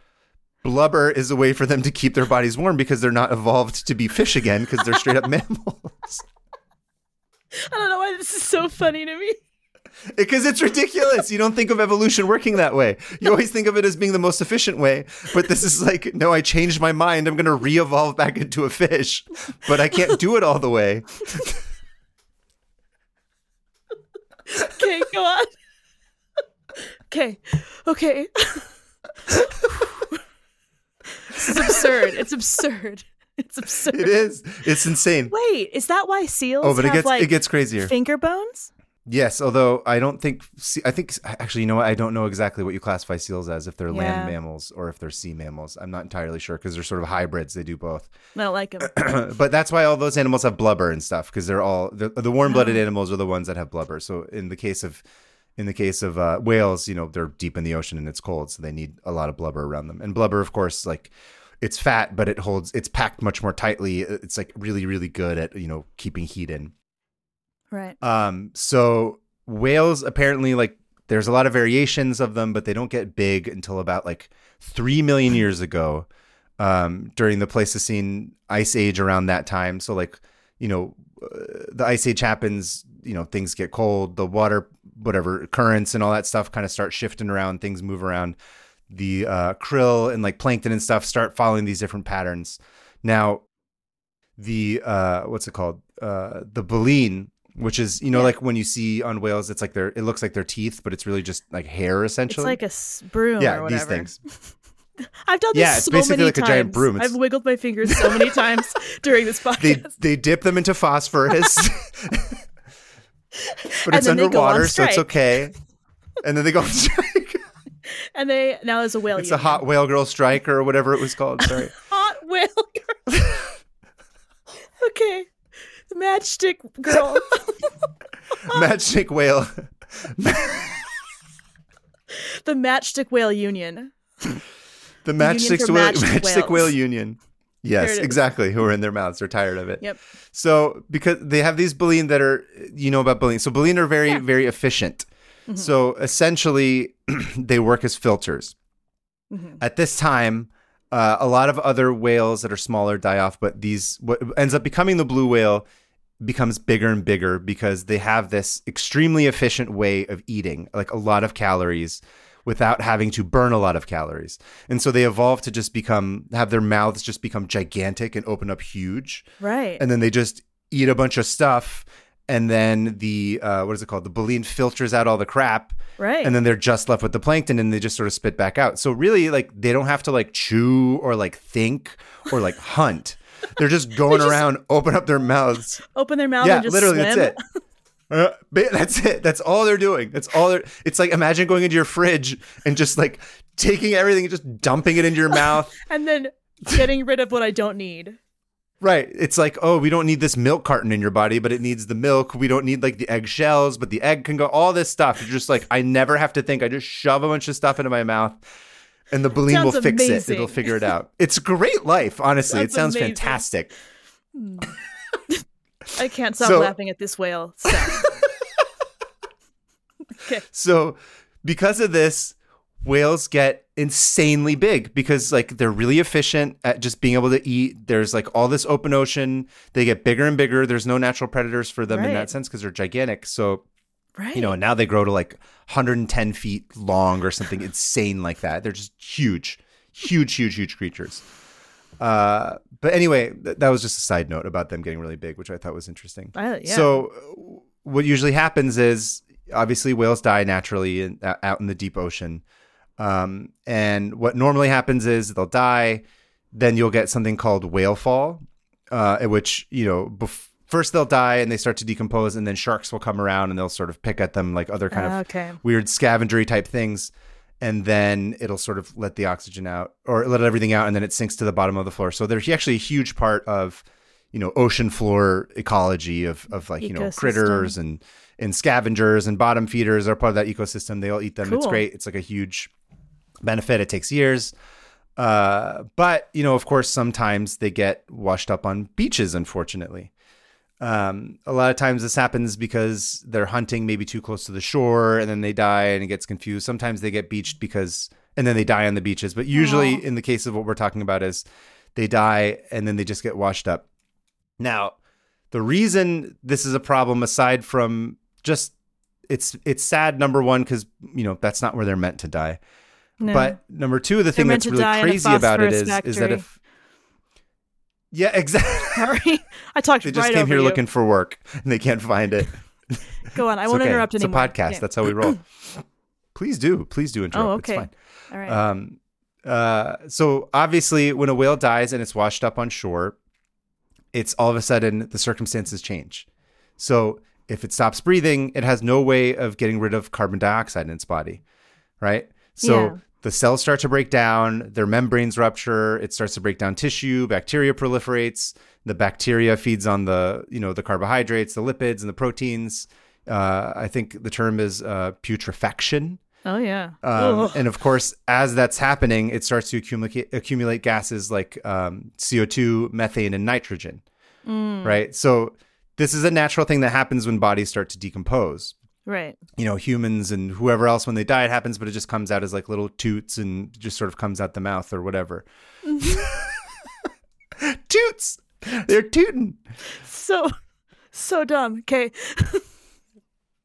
Blubber is a way for them to keep their bodies warm because they're not evolved to be fish again because they're straight up mammals.
I don't know why this is so funny to me.
Because it's ridiculous. You don't think of evolution working that way. You always think of it as being the most efficient way, but this is like, no, I changed my mind. I'm going to re-evolve back into a fish, but I can't do it all the way.
Okay, go on. Okay. Okay. this is absurd. It's absurd. It's absurd.
It is. It's insane.
Wait, is that why seals
Oh, but it
have
gets
like
it gets crazier.
finger bones?
Yes, although I don't think se- I think actually you know what I don't know exactly what you classify seals as if they're land
Yeah.
mammals or if they're sea mammals. I'm not entirely sure because they're sort of hybrids. They do both,
I don't like them.
but that's why all those animals have blubber and stuff because they're all the, the warm-blooded animals are the ones that have blubber. So in the case of in the case of uh, whales, you know they're deep in the ocean and it's cold, so they need a lot of blubber around them. And blubber, of course, like it's fat, but it holds it's packed much more tightly. It's like really really good at you know keeping heat in.
right.
Um, so whales apparently like there's a lot of variations of them, but they don't get big until about like three million years ago, um, during the Pleistocene ice age around that time. So like you know, uh, the ice age happens. You know, things get cold. The water, whatever currents and all that stuff, kind of start shifting around. Things move around. The uh, krill and like plankton and stuff start following these different patterns. Now, the uh, what's it called? Uh, the baleen, which is you know
Yeah.
like when you see on whales, it's like their it looks like their teeth, but it's really just like hair
It's
essentially.
like a s- broom
yeah,
or
these
whatever.
things.
I've done this
Yeah, it's
so
basically
many
like a
times.
giant broom. It's-
I've wiggled my fingers so many times during this podcast.
They they dip them into phosphorus, but
And
it's
then they go on
underwater, so it's
strike.
okay. And then they go on strike.
and they now there's a whale.
It's a
union.
hot whale girl strike or whatever it was called. Sorry.
hot whale girl. okay. The matchstick girl.
Matchstick whale.
the matchstick whale union.
The
Union
matchstick
for
whale,
matched
matchstick whale
whales.
union.
There
Yes,
it is.
exactly. Who are in their mouths. They're tired of it.
Yep.
So because they have these baleen that are you know about baleen. So baleen are very
Yeah. Mm-hmm.
very efficient. So essentially they work as filters.
Mhm.
At this time uh, a lot of other whales that are smaller die off, but these what ends up becoming the blue whale becomes bigger and bigger because they have this extremely efficient way of eating, like a lot of calories without having to burn a lot of calories. And so they evolved to just become have their mouths just become gigantic and open up huge.
Right.
And then they just eat a bunch of stuff and then the uh, what is it called? The baleen filters out all the crap
right.
and then they're just left with the plankton and they just sort of spit back out. So really like they don't have to like chew or like think or like hunt. They're just going
just-
around, open up their mouths
Open their mouth and just swim.
that's it. Uh, ba- that's it. That's all they're doing. That's all they're. It's like imagine going into your fridge and just like taking everything and just dumping it into your mouth.
And then getting rid of what I don't need.
right. It's like oh, we don't need this milk carton in your body, but it needs the milk. We don't need like the eggshells, but the egg can go. All this stuff. You're just like I never have to think. I just shove a bunch of stuff into my mouth. And the baleen will
Sounds
fix
amazing.
it. It'll figure it out. It's a great life, honestly.
Sounds
it sounds
amazing.
fantastic.
I can't stop
So-
laughing at this whale. So. okay.
So, because of this, whales get insanely big because like they're really efficient at just being able to eat. There's like all this open ocean. They get bigger and bigger. There's no natural predators for them in
Right.
that sense because they're gigantic. So,
Right.
you know, and now they grow to like 110 feet long or something insane like that. They're just huge, huge, huge, huge creatures. Uh, but anyway, th- that was just a side note about them getting really big, which I thought was interesting.
I- yeah.
So, uh, what usually happens is obviously whales die naturally in, uh, out in the deep ocean. Um, and what normally happens is they'll die, then you'll get something called whale fall, uh, in which, you know, bef- first they'll die and they start to decompose, and then sharks will come around and they'll sort of pick at them like other kind of
okay.
weird scavengery type things. And then it'll sort of let the oxygen out or let everything out, and then it sinks to the bottom of the floor. So there's actually a huge part of, you know, ocean floor ecology of, of like, you know,
Ecosystem.
critters and, and scavengers and bottom feeders are part of that ecosystem. They all eat them. It's
Cool.
great. It's like a huge benefit. It takes years. Uh, but, you know, of course, sometimes they get washed up on beaches, unfortunately. Um, a lot of times this happens because they're hunting maybe too close to the shore and then they die and it gets confused. Sometimes they get beached because, and then they die on the beaches. But usually, in the case of what we're talking about, is they die and then they just get washed up. Now, the reason this is a problem, aside from just it's it's sad number one because you know that's not where they're meant to die.
No.
But number two, the thing
meant
that's really
to die in a
crazy about it is
phosphorus
is that
factory.
if yeah, exactly,
Sorry. I talked
they
right
just came
over
here
you.
looking for work and they can't find it.
Go on. I
It's
won't
okay.
interrupt
It's a
anymore.
podcast.
Yeah.
That's how we roll. please do, please do interrupt.
Oh,
It's
okay.
fine.
All right.
Um, uh, so obviously, when a whale dies and it's washed up on shore, it's all of a sudden the circumstances change. So if it stops breathing, it has no way of getting rid of carbon dioxide in its body, right? So
Yeah.
the cells start to break down, their membranes rupture, it starts to break down tissue, bacteria proliferates, the bacteria feeds on the, you know, the carbohydrates, the lipids and the proteins. Uh, I think the term is uh, putrefaction.
oh yeah.
Um,
Ugh.
and of course, as that's happening, it starts to accumulate accumulate gases like um, CO2, methane, and nitrogen. Right. So this is a natural thing that happens when bodies start to decompose.
right.
You know, humans and whoever else when they die, it happens, but it just comes out as like little toots and just sort of comes out the mouth or whatever. toots. They're tooting.
So so dumb. Okay.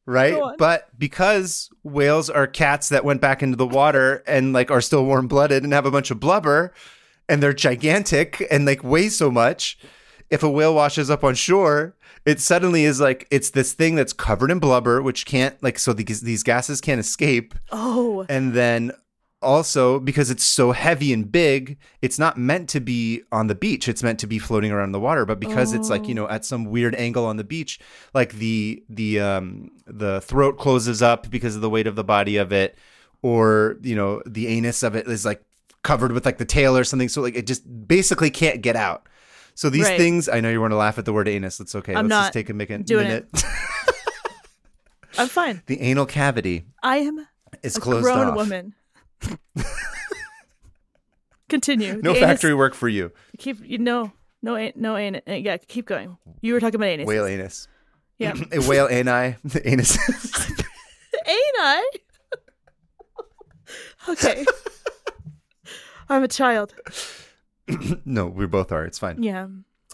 right?
Go on.
But because whales are cats that went back into the water and like are still warm blooded and have a bunch of blubber and they're gigantic and like weigh so much, if a whale washes up on shore, it suddenly is like it's this thing that's covered in blubber, which can't like so these these gases can't escape.
Oh.
And then also because it's so heavy and big, it's not meant to be on the beach. It's meant to be floating around in the water. But because it's like, you
Oh.
know, at some weird angle on the beach, like the the um the throat closes up because of the weight of the body of it, or, you know, the anus of it is like covered with like the tail or something. So like it just basically can't get out. So these
Right.
things I know you want to laugh at the word anus. That's okay.
I'm
Let's
not
just take a mi-
doing
minute.
I'm fine.
the anal cavity
I am
is
a
closed
grown
off.
woman. Continue.
No
The anus-
factory work for you.
Keep you no no an- no anus. Yeah, keep going. You were talking about anus.
Whale anus.
Yeah.
a whale ani, the anus.
Ain't I? okay. I'm a child.
no, we both are. It's fine.
Yeah.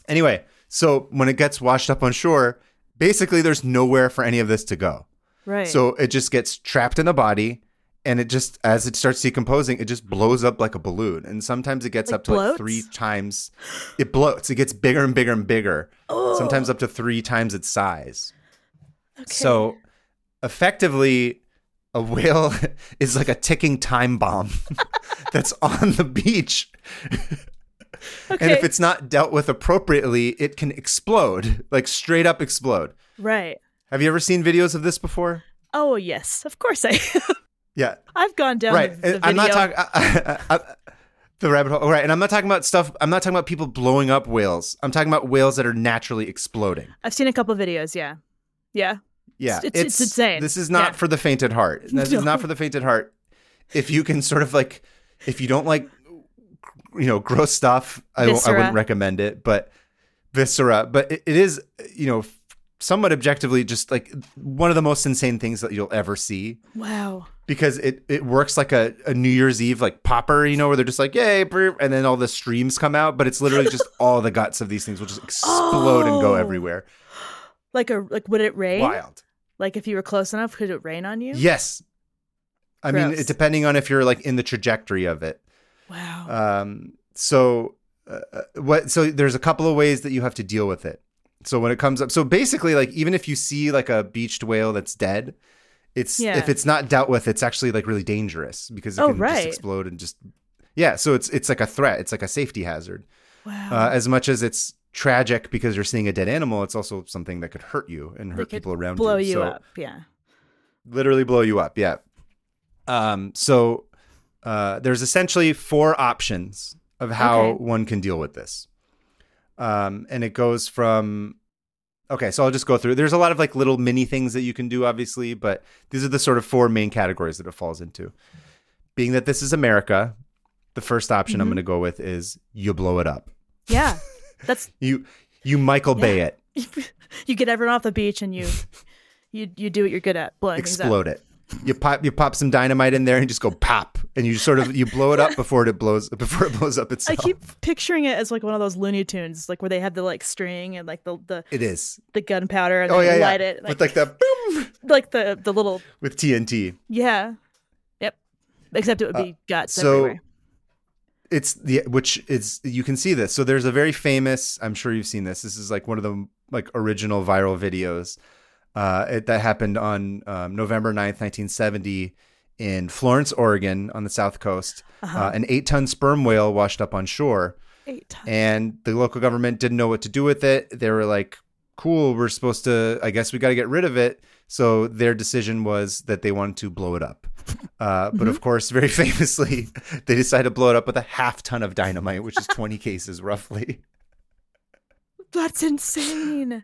Anyway, so when it gets washed up on shore, basically there's nowhere for any of this to go.
Right.
So it just gets trapped in the body and it just as it starts decomposing, it just blows up like a balloon. And sometimes it gets
Like
up to like
bloats?
three times. It bloats. It gets bigger and bigger and bigger.
Oh.
Sometimes up to three times its size. So effectively, a whale is like a ticking time bomb that's on the beach. And if
Okay.
it's not dealt with appropriately, it can explode, like straight up explode.
right.
Have you ever seen videos of this before?
Oh yes, of course I.
Yeah.
I've gone down
right.
the, Oh, the video.
I'm not talking the rabbit hole. Right. And I'm not talking about stuff. I'm not talking about people blowing up whales. I'm talking about whales that are naturally exploding.
I've seen a couple videos. Yeah, yeah.
Yeah,
It's- it's- it's insane.
This is not
Yeah.
for the fainted heart. This is not for the fainted heart. If you can sort of like, if you don't like, you know, gross stuff, I, w- I
Viscera.
wouldn't recommend it. But viscera, but it, it is, you know, somewhat objectively just like one of the most insane things that you'll ever see
Wow.
because it it works like a, a New Year's Eve like popper, you know, where they're just like yay, brr, and then all the streams come out, but it's literally just all the guts of these things will just explode and go
Oh.
everywhere.
Like a like, would it rain?
Wild.
Like if you were close enough, could it rain on you?
Yes. I mean,
Gross.
it, depending on if you're like in the trajectory of it.
Wow.
Um, so uh, uh, what? So there's a couple of ways that you have to deal with it. So when it comes up, so basically, like even if you see like a beached whale that's dead, it's
Yeah.
if it's not dealt with, it's actually like really dangerous because it
Oh,
can
right.
just explode and just yeah. So it's it's like a threat. It's like a safety hazard.
wow.
Uh, as much as it's tragic because you're seeing a dead animal, it's also something that could hurt you and hurt
could
people around
Blow
you.
you
So-
up. Yeah.
literally blow you up. Yeah. Um, so uh, there's essentially four options of how
Okay.
one can deal with this. Um, and it goes from okay, so I'll just go through. There's a lot of like little mini things that you can do, obviously, but these are the sort of four main categories that it falls into. Being that this is America, the first option I'm
Mhm.
going to go with is you blow it up.
Yeah. That's
You you Michael Bay it,
you get everyone off the beach and you you you do what you're good at, blowing things up.
explode it. You pop you pop some dynamite in there and just go pop, and you sort of you blow it up before it blows before it blows up
I
itself.
keep picturing it as like one of those Looney Tunes, like where they have the like string and like the the,
It is.
the gunpowder and
Oh
then
yeah,
you
yeah.
light it, like,
with like that boom
like the the little
with TNT.
yeah, yep. Except it would be guts
Uh, so-
everywhere.
It's the which is you can see this. So there's a very famous. I'm sure you've seen this. This is like one of the like original viral videos uh, it, that happened on um, November 9th, 1970, in Florence, Oregon, on the south coast.
Uh-huh.
Uh, an eight-ton sperm whale washed up on shore.
Eight times.
and the local government didn't know what to do with it. They were like, "Cool, we're supposed to. I guess we got to get rid of it." So their decision was that they wanted to blow it up. Uh, But of course, very famously, they decided to blow it up with a half ton of dynamite, which is twenty cases roughly.
That's insane.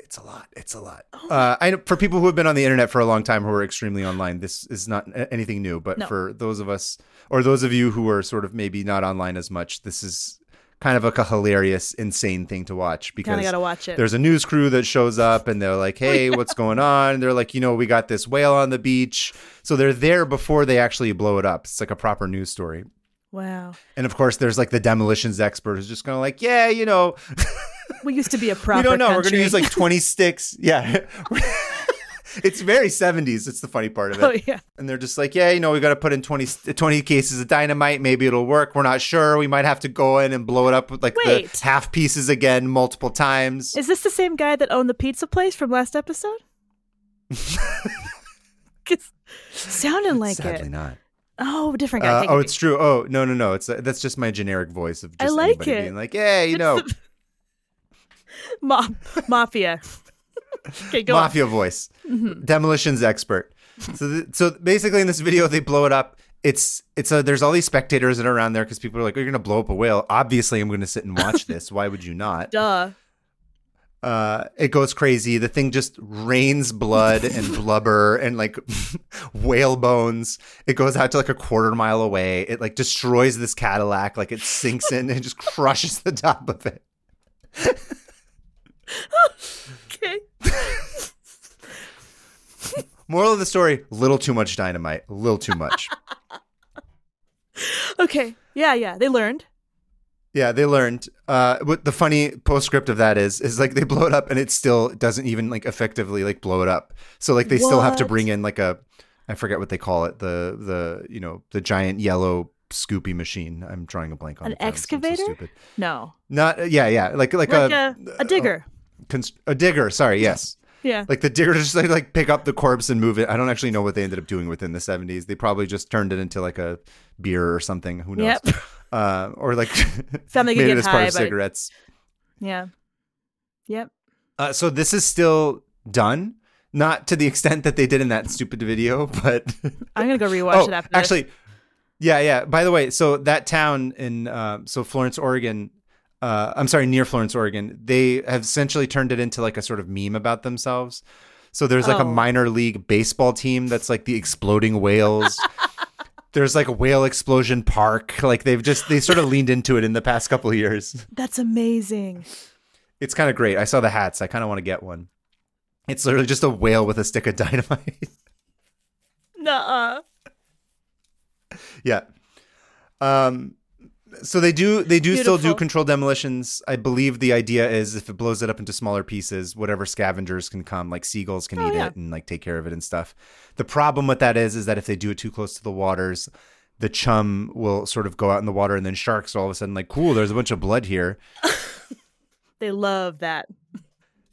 It's a lot. It's a lot. Uh, I know for people who have been on the internet for a long time, who are extremely online, this is not a- anything new. But
No.
for those of us, or those of you who are sort of maybe not online as much, this is kind of like a hilarious, insane thing to watch
Kind
because
of gotta watch it.
there's a news crew that shows up and they're like, hey, what's going on? And they're like, you know, we got this whale on the beach. So they're there before they actually blow it up. It's like a proper news story.
Wow.
And of course, there's like the demolitions expert who's just kind of like, yeah, you know,
We used to be a proper.
we don't know. We're going
country.
to use like 20 sticks. Yeah. it's very 70s. It's the funny part of it.
Oh yeah.
And they're just like, yeah, you know, we got to put in 20, st- 20 cases of dynamite. Maybe it'll work. We're not sure. We might have to go in and blow it up with like
Wait.
the half pieces again multiple times.
Is this the same guy that owned the pizza place from last episode? 'Cause sounded like
Sadly
it.
not.
Oh, different guy.
Uh,
Take it
oh,
back.
it's true. Oh, no, no, no. It's uh, that's just my generic voice of
I
just
like
anybody
it.
being like, yeah, you
It's
know,
the- Ma- mafia. okay, go Mm-hmm.
mafia voice, demolitions expert. So, th- so basically, in this video, they blow it up. It's it's a, there's all these spectators that are around there because people are like, "Oh, "You're gonna blow up a whale." Obviously, I'm gonna sit and watch this. Why would you not?
on. Duh.
Uh, it goes crazy. The thing just rains blood and blubber and like whale bones. It goes out to like a quarter mile away. It like destroys this Cadillac. Like it sinks in and just crushes the top of it.
Okay.
Moral of the story: little too much dynamite, a little too much.
Okay. Yeah, yeah. They learned.
yeah, they learned. Uh, what the funny postscript of that is is like they blow it up and it still doesn't even like effectively like blow it up. So like they still have to
What?
bring in like a I forget what they call it the the you know the giant yellow scoopy machine. I'm drawing a blank on
An
the terms. I'm so
excavator?
stupid.
No,
Not yeah yeah like like,
like a,
Uh,
a digger.
oh. const- a digger. Sorry, yes.
yeah.
Like the diggers just like, like pick up the corpse and move it. I don't actually know what they ended up doing within the 70s. They probably just turned it into like a beer or something. Who knows?
Yep.
Uh, or like
Family could
made
get
it as part
high,
of
but-
cigarettes.
Yeah. Yep.
Uh, so this is still done, not to the extent that they did in that stupid video, but
I'm gonna go rewatch
oh,
it after. this.
actually, yeah, yeah. By the way, so that town in uh, so Florence, Oregon. Uh, I'm sorry, near Florence, Oregon. They have essentially turned it into like a sort of meme about themselves. So there's like a
Oh.
minor league baseball team that's like the exploding whales. there's like a whale explosion park. Like they've just they sort of leaned into it in the past couple of years.
that's amazing.
It's kind of great. I saw the hats. I kind of want to get one. It's literally just a whale with a stick of dynamite.
Nuh-uh.
yeah. Um so they do they do still
Beautiful.
do controlled demolitions. I believe the idea is if it blows it up into smaller pieces, whatever scavengers can come, like seagulls can
Oh,
eat
yeah.
it and like take care of it and stuff. The problem with that is is that if they do it too close to the waters, the chum will sort of go out in the water and then sharks are all of a sudden like, cool, there's a bunch of blood here.
They love that.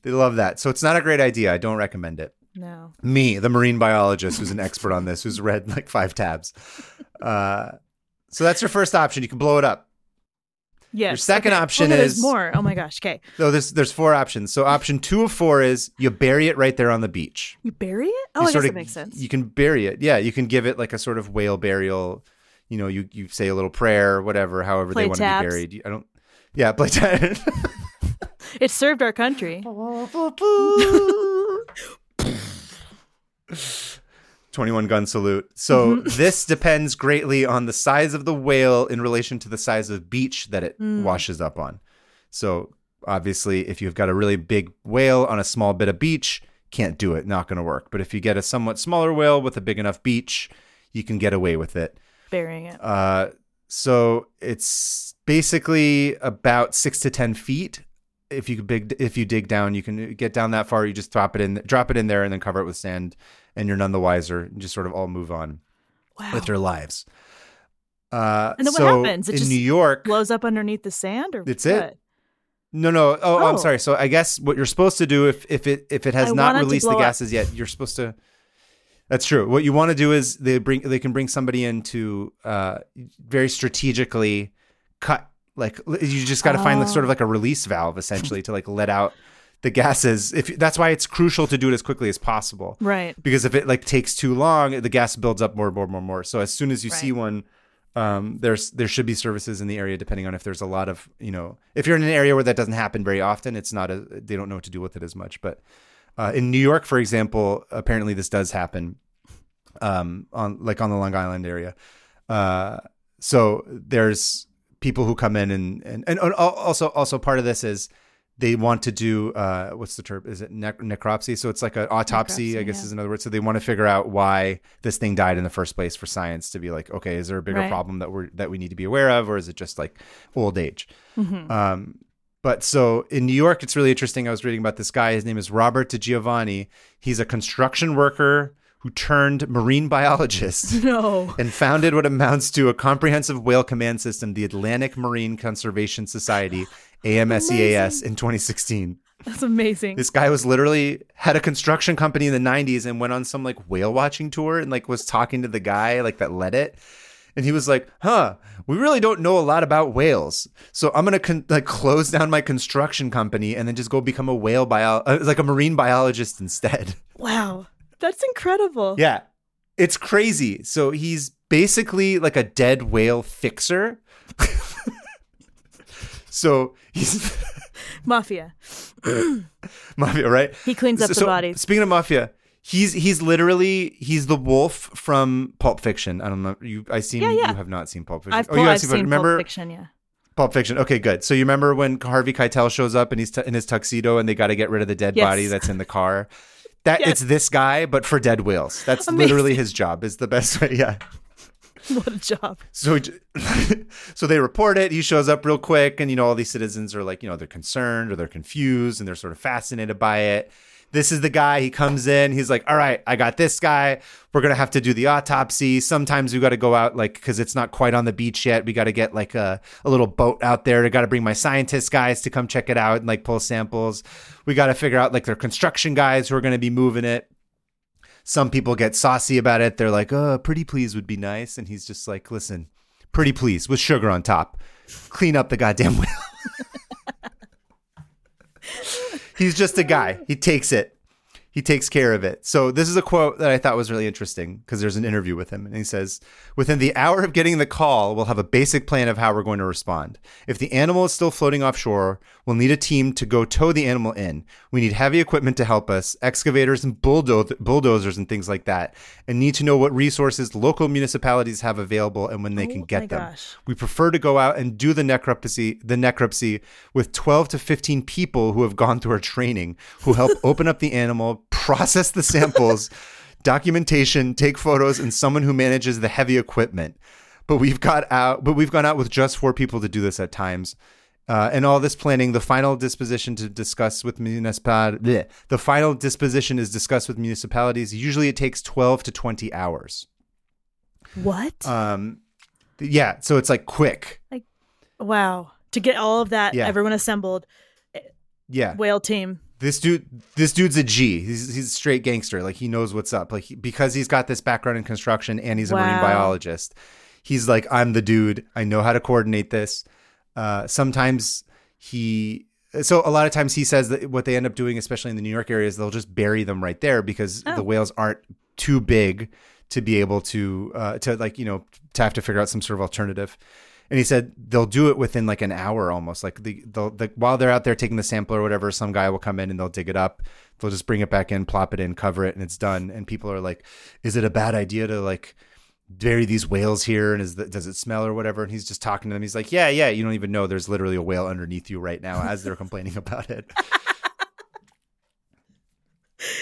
They love that. So it's not a great idea. I don't recommend it.
No.
me, the marine biologist who's an expert on this, who's read like five tabs. Uh, so that's your first option. You can blow it up.
Yes.
Your second
okay.
option
oh, no,
is-
there's more. Oh my gosh. Okay.
So there's there's four options. So option two of four is you bury it right there on the beach.
You bury it?
you
Oh, I guess
sort
that
of-
makes sense.
You can bury it. Yeah, you can give it like a sort of whale burial. You know, you you say a little prayer, whatever, however
Play
they want
taps.
to be buried. You- I don't. Yeah, play tag.
It served our country.
21 gun salute. So this depends greatly on the size of the whale in relation to the size of beach that it washes up on. So obviously, if you've got a really big whale on a small bit of beach, can't do it, not going to work. But if you get a somewhat smaller whale with a big enough beach, you can get away with it.
Burying it.
Uh, so it's basically about six to ten feet. If you big, if you dig down, you can get down that far. You just drop it in, drop it in there, and then cover it with sand, and you're none the wiser. And just sort of all move on
Wow.
with their lives. Uh,
And then what
so
happens? It
in
just
New York?
Blows up underneath the sand or
That's
what?
it. No, no. Oh,
Oh.
I'm sorry. So I guess what you're supposed to do if if it if it has
I
not
wanted to
released the
blow up.
gases yet, you're supposed to. That's true. What you want to do is they bring they can bring somebody in to uh, very strategically cut like l- you just got to find like sort of like a release valve essentially to like let out the gases. If that's why it's crucial to do it as quickly as possible
Right.
because if it like takes too long, the gas builds up more, more, more, more. So as soon as you see
Right.
one, um, there's there should be services in the area depending on if there's a lot of you know if you're in an area where that doesn't happen very often, it's not a they don't know what to do with it as much. But uh, in New York, for example, apparently this does happen, um, on like on the Long Island area. Uh, so there's people who come in and and and al- also also part of this is they want to do uh, what's the term? Is it nec- necropsy? So it's like an autopsy,
Necropsy,
I guess
yeah.
is another word. So they want to figure out why this thing died in the first place for science to be like, okay, is there a bigger
Right.
problem that we're that we need to be aware of, or is it just like old age?
Mhm.
Um, but so in New York, it's really interesting. I was reading about this guy. His name is Robert DiGiovanni. He's a construction worker who turned marine biologist
No.
and founded what amounts to a comprehensive whale command system, the Atlantic Marine Conservation Society, AMSEAS, E in 2016.
That's amazing.
This guy was literally had a construction company in the 90s and went on some like whale watching tour and like was talking to the guy like that led it. And he was like, "Huh, we really don't know a lot about whales, so I'm gonna con- like close down my construction company and then just go become a whale bio, uh, like a marine biologist instead."
Wow. That's incredible.
Yeah. It's crazy. So he's basically like a dead whale fixer. so he's
Mafia.
mafia, right?
He cleans up
So-
the
so
bodies.
Speaking of mafia, he's he's literally he's the wolf from Pulp Fiction. I don't know. You I seen
Yeah, yeah.
you have not seen Pulp Fiction.
I've,
oh, you
well,
have
I've seen Pulp
remember
Fiction, yeah.
Pulp Fiction. Okay, good. So you remember when Harvey Keitel shows up and he's t- in his tuxedo and they got to get rid of the dead
Yes.
body that's in the car. That
Yes.
it's this guy, but for dead whales. That's
Amazing.
literally his job. Is the best way. Yeah.
What a job.
So, he j- so they report it. He shows up real quick, and you know all these citizens are like, you know, they're concerned or they're confused, and they're sort of fascinated by it. this is the guy. He comes in. He's like, all right, I got this guy. We're gonna have to do the autopsy. Sometimes we got to go out like because it's not quite on the beach yet. We got to get like a a little boat out there. I got to bring my scientist guys to come check it out and like pull samples. We got to figure out like their construction guys who are gonna be moving it. Some people get saucy about it. They're like, oh, pretty please would be nice. And he's just like, listen, pretty please with sugar on top. Clean up the goddamn wheel. he's just a guy. He takes it. He takes care of it. So this is a quote that I thought was really interesting because there's an interview with him and he says, "Within the hour of getting the call, we'll have a basic plan of how we're going to respond. If the animal is still floating offshore, we'll need a team to go tow the animal in. We need heavy equipment to help us, excavators and bulldo- bulldozers and things like that, and need to know what resources local municipalities have available and when they can
Oh
get
my
them.
gosh.
We prefer to go out and do the necropsy, the necropsy with 12 to 15 people who have gone through our training, who help open up the animal, process the samples, documentation, take photos, and someone who manages the heavy equipment. But we've got out, but we've gone out with just four people to do this at times. Uh, and all this planning, the final disposition to discuss with municipal, bleh. the final disposition is discussed with municipalities. Usually, it takes twelve to twenty hours.
What?
Um, yeah, so it's like quick.
wow. To get all of that,
Yeah.
everyone assembled,
Yeah,
whale team.
this dude this dude's a g he's, he's a straight gangster like he knows what's up like he, because he's got this background in construction and he's a marine
Wow.
biologist he's like i'm the dude i know how to coordinate this uh, sometimes he so a lot of times he says that what they end up doing especially in the new york area is they'll just bury them right there because
Oh.
the whales aren't too big to be able to uh, to like you know to have to figure out some sort of alternative and he said they'll do it within like an hour almost like the they'll the, while they're out there taking the sample or whatever some guy will come in and they'll dig it up they'll just bring it back in plop it in cover it and it's done and people are like is it a bad idea to like bury these whales here and is the, does it smell or whatever and he's just talking to them he's like yeah yeah you don't even know there's literally a whale underneath you right now as they're complaining about it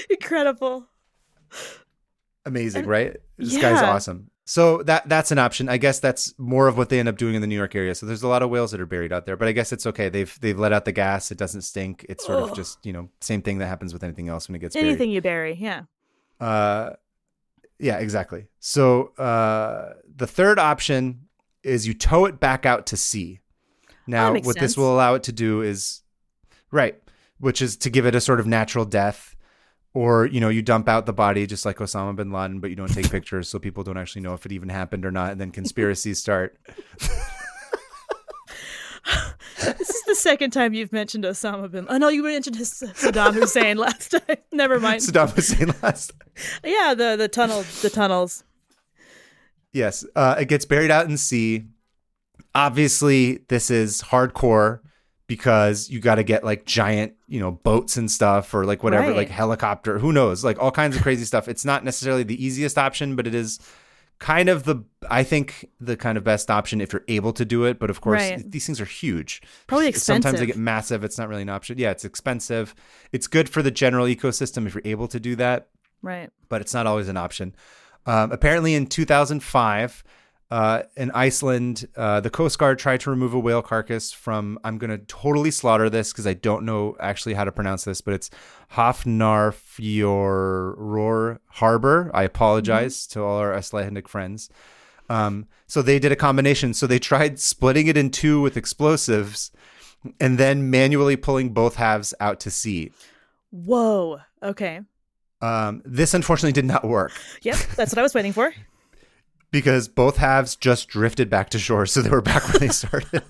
Incredible.
amazing
And-
right this guy's
Yeah.
awesome so that that's an option i guess that's more of what they end up doing in the new york area so there's a lot of whales that are buried out there but i guess it's okay they've they've let out the gas it doesn't stink it's sort of
Ugh.
just you know same thing that happens with anything else when it gets buried
Anything you bury, yeah.
Uh, yeah, exactly. So uh, the third option is you tow it back out to sea. Now,
Oh, makes
what
sense.
this will allow it to do is, right, which is to give it a sort of natural death, or you know, you dump out the body just like Osama bin Laden, but you don't take pictures, so people don't actually know if it even happened or not, and then conspiracies start.
This is the second time you've mentioned Osama bin. Oh no, you mentioned his, Saddam Hussein last time. Never mind.
Saddam Hussein last.
Yeah, the the tunnel, the tunnels.
Yes, uh, it gets buried out in sea. Obviously, this is hardcore because you got to get like giant, you know, boats and stuff, or like whatever,
Right.
like helicopter. Who knows? Like all kinds of crazy stuff. It's not necessarily the easiest option, but it is kind of the I think the kind of best option if you're able to do it. But of course,
Right.
these things are huge.
Probably
Sometimes they
expensive.
get massive. It's not really an option. Yeah, it's expensive. It's good for the general ecosystem if you're able to do that
Right.
but it's not always an option. Um, apparently, in 2005, uh, in Iceland, uh, the Coast Guard tried to remove a whale carcass from. I'm going to totally slaughter this because I don't know actually how to pronounce this, but it's Hafnarfjörður Harbor. I apologize to all our Icelandic friends. Um, so they did a combination. So they tried splitting it in two with explosives, and then manually pulling both halves out to sea.
Whoa. Okay.
Um, this unfortunately did not work.
Yep, that's what I was waiting for.
because both halves just drifted back to shore, so they were back where they started.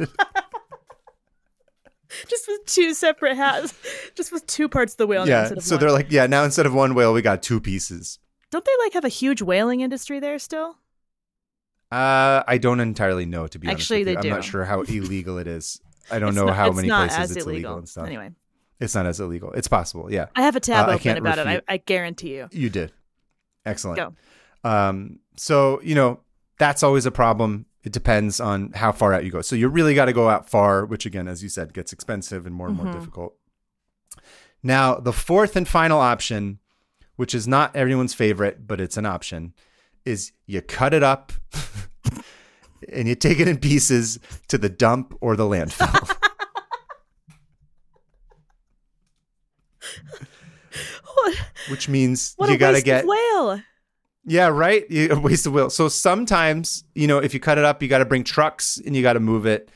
Just with two separate hats, just with two parts of the whale. now
yeah,
instead of
so
one.
they're like, yeah, now instead of one whale, we got two pieces.
don't they like have a huge whaling industry there still?
Uh, I don't entirely know to be
Actually,
honest. with you.
they
I'm
do.
not sure how illegal it is. I don't
It's
know
not-
how
it's
many
not
places
as
it's illegal.
illegal.
and stuff.
Anyway,
It's not as illegal. It's possible. Yeah,
I have a tab
Uh, I
open
can't
about
refute-
it. I, I guarantee you.
you did. Excellent.
Go.
Um, so you know that's always a problem. It depends on how far out you go. So you really got to go out far, which again, as you said, gets expensive and more and more
Mhm.
difficult. Now, the fourth and final option, which is not everyone's favorite, but it's an option, is you cut it up and you take it in pieces to the dump or the landfill. which means
What
you
a
got to
waste
get
of whale.
yeah, right. You, a waste of wheel. So sometimes, you know, if you cut it up, you got to bring trucks and you got to move it.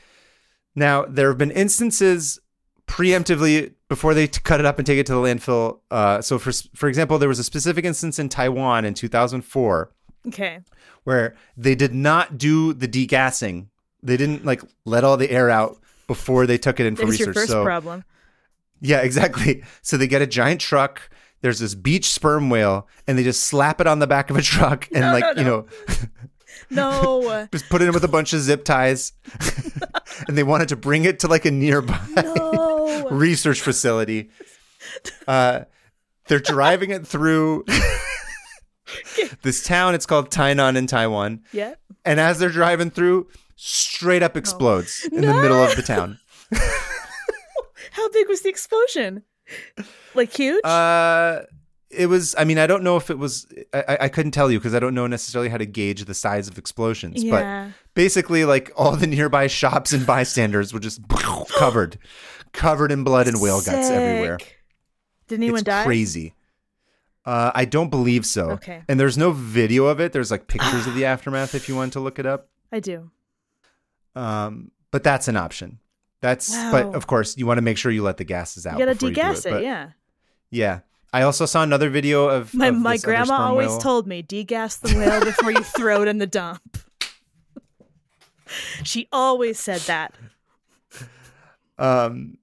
Now, there have been instances preemptively before they t- cut it up and take it to the landfill. Uh, so, for s- for example, there was a specific instance in Taiwan in 2004
Okay.
where they did not do the degassing. They didn't like let all the air out before they took it in for
There's
research.
your first
so,
problem.
yeah, exactly. So they get a giant truck. There's this beach sperm whale, and they just slap it on the back of a truck and
No,
like
no,
you
no.
know
No.
just put it in with a bunch of zip ties, and they wanted to bring it to like a nearby
no.
research facility. Uh, they're driving it through this town. It's called Tainan in Taiwan,
Yep.
and as they're driving through, straight up explodes in the middle of the town.
How big was the explosion? Like huge?
Uh, it was. I mean, I don't know if it was. I, I- I couldn't tell you because I don't know necessarily how to gauge the size of explosions.
yeah.
But basically, like all the nearby shops and bystanders were just covered, covered in blood and whale guts everywhere.
Sick. Did anyone
it's
die?
crazy. Uh, I don't believe so.
Okay.
And there's no video of it. There's like pictures of the aftermath if you want to look it up.
I do.
Um, but that's an option. That's.
Wow.
But of course, you want to make sure you let the gases out.
You gotta
before
degas
do
it,
but-
yeah.
Yeah. I also saw another video of
My
of
my
this other
grandma
sperm
always
whale.
told me degas the whale before you throw it in the dump. she always said that.
Um,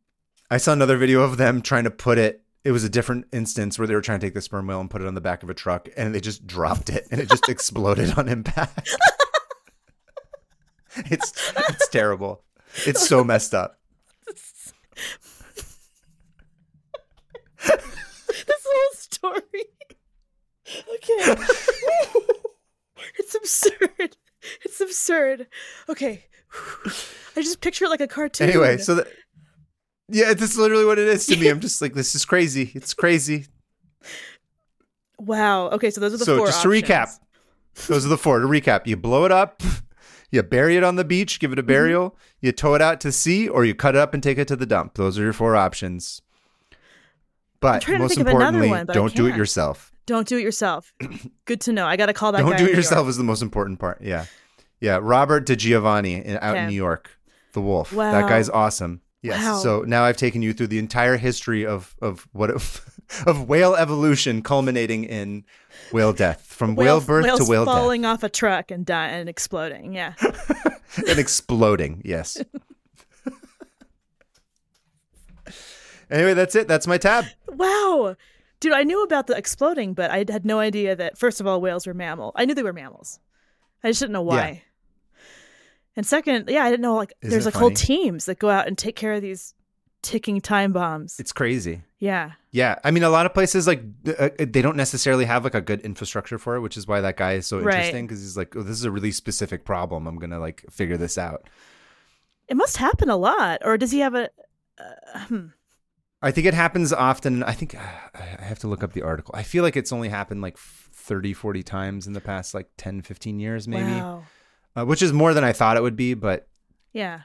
I saw another video of them trying to put it. It was a different instance where they were trying to take the sperm whale and put it on the back of a truck, and they just dropped it, and it just exploded on impact. it's it's terrible. It's so messed up.
this whole story. Okay. it's absurd. It's absurd. Okay. I just picture it like a cartoon.
Anyway, so the, yeah, that's literally what it is to me. I'm just like, this is crazy. It's crazy.
wow. Okay, so those are the
so
four.
just
options.
to recap those are the four to recap you blow it up you bury it on the beach give it a
Mm-hmm.
burial you tow it out to sea or you cut it up and take it to the dump those are your four options but
trying to
most
think of another
importantly
one, but I
don't do it
can't.
yourself
Don't do it yourself. Good to know. I got to call that
don't
guy
do
in
it
New
yourself is the most important part yeah yeah robert de giovanni in, out in
Okay.
new york the wolf
Wow.
that guy's awesome yes
Wow.
so now i've taken you through the entire history of of what of whale evolution culminating in whale death from whale,
Whales-
birth to
whales
whale death
falling off a truck and die and exploding. Yeah.
and exploding. Yes. anyway, that's it. That's my tab.
Wow. Dude, I knew about the exploding, but I had no idea that first of all whales were mammal. I knew they were mammals. I just didn't know why.
Yeah.
And second, yeah, I didn't know like
Isn't
there's
it
like whole
funny?
teams that go out and take care of these ticking time bombs.
It's crazy.
yeah.
Yeah, I mean, a lot of places like uh, they don't necessarily have like a good infrastructure for it, which is why that guy is so
Right.
interesting because he's like, oh, this is a really specific problem. I'm gonna like figure this out.
It must happen a lot or does he have a
I think it happens often. I think uh, I I have to look up the article. I feel like it's only happened like 30, 40 times in the past like 10, 15 years, maybe,
Wow.
uh, which is more than I thought it would be, but
Yeah.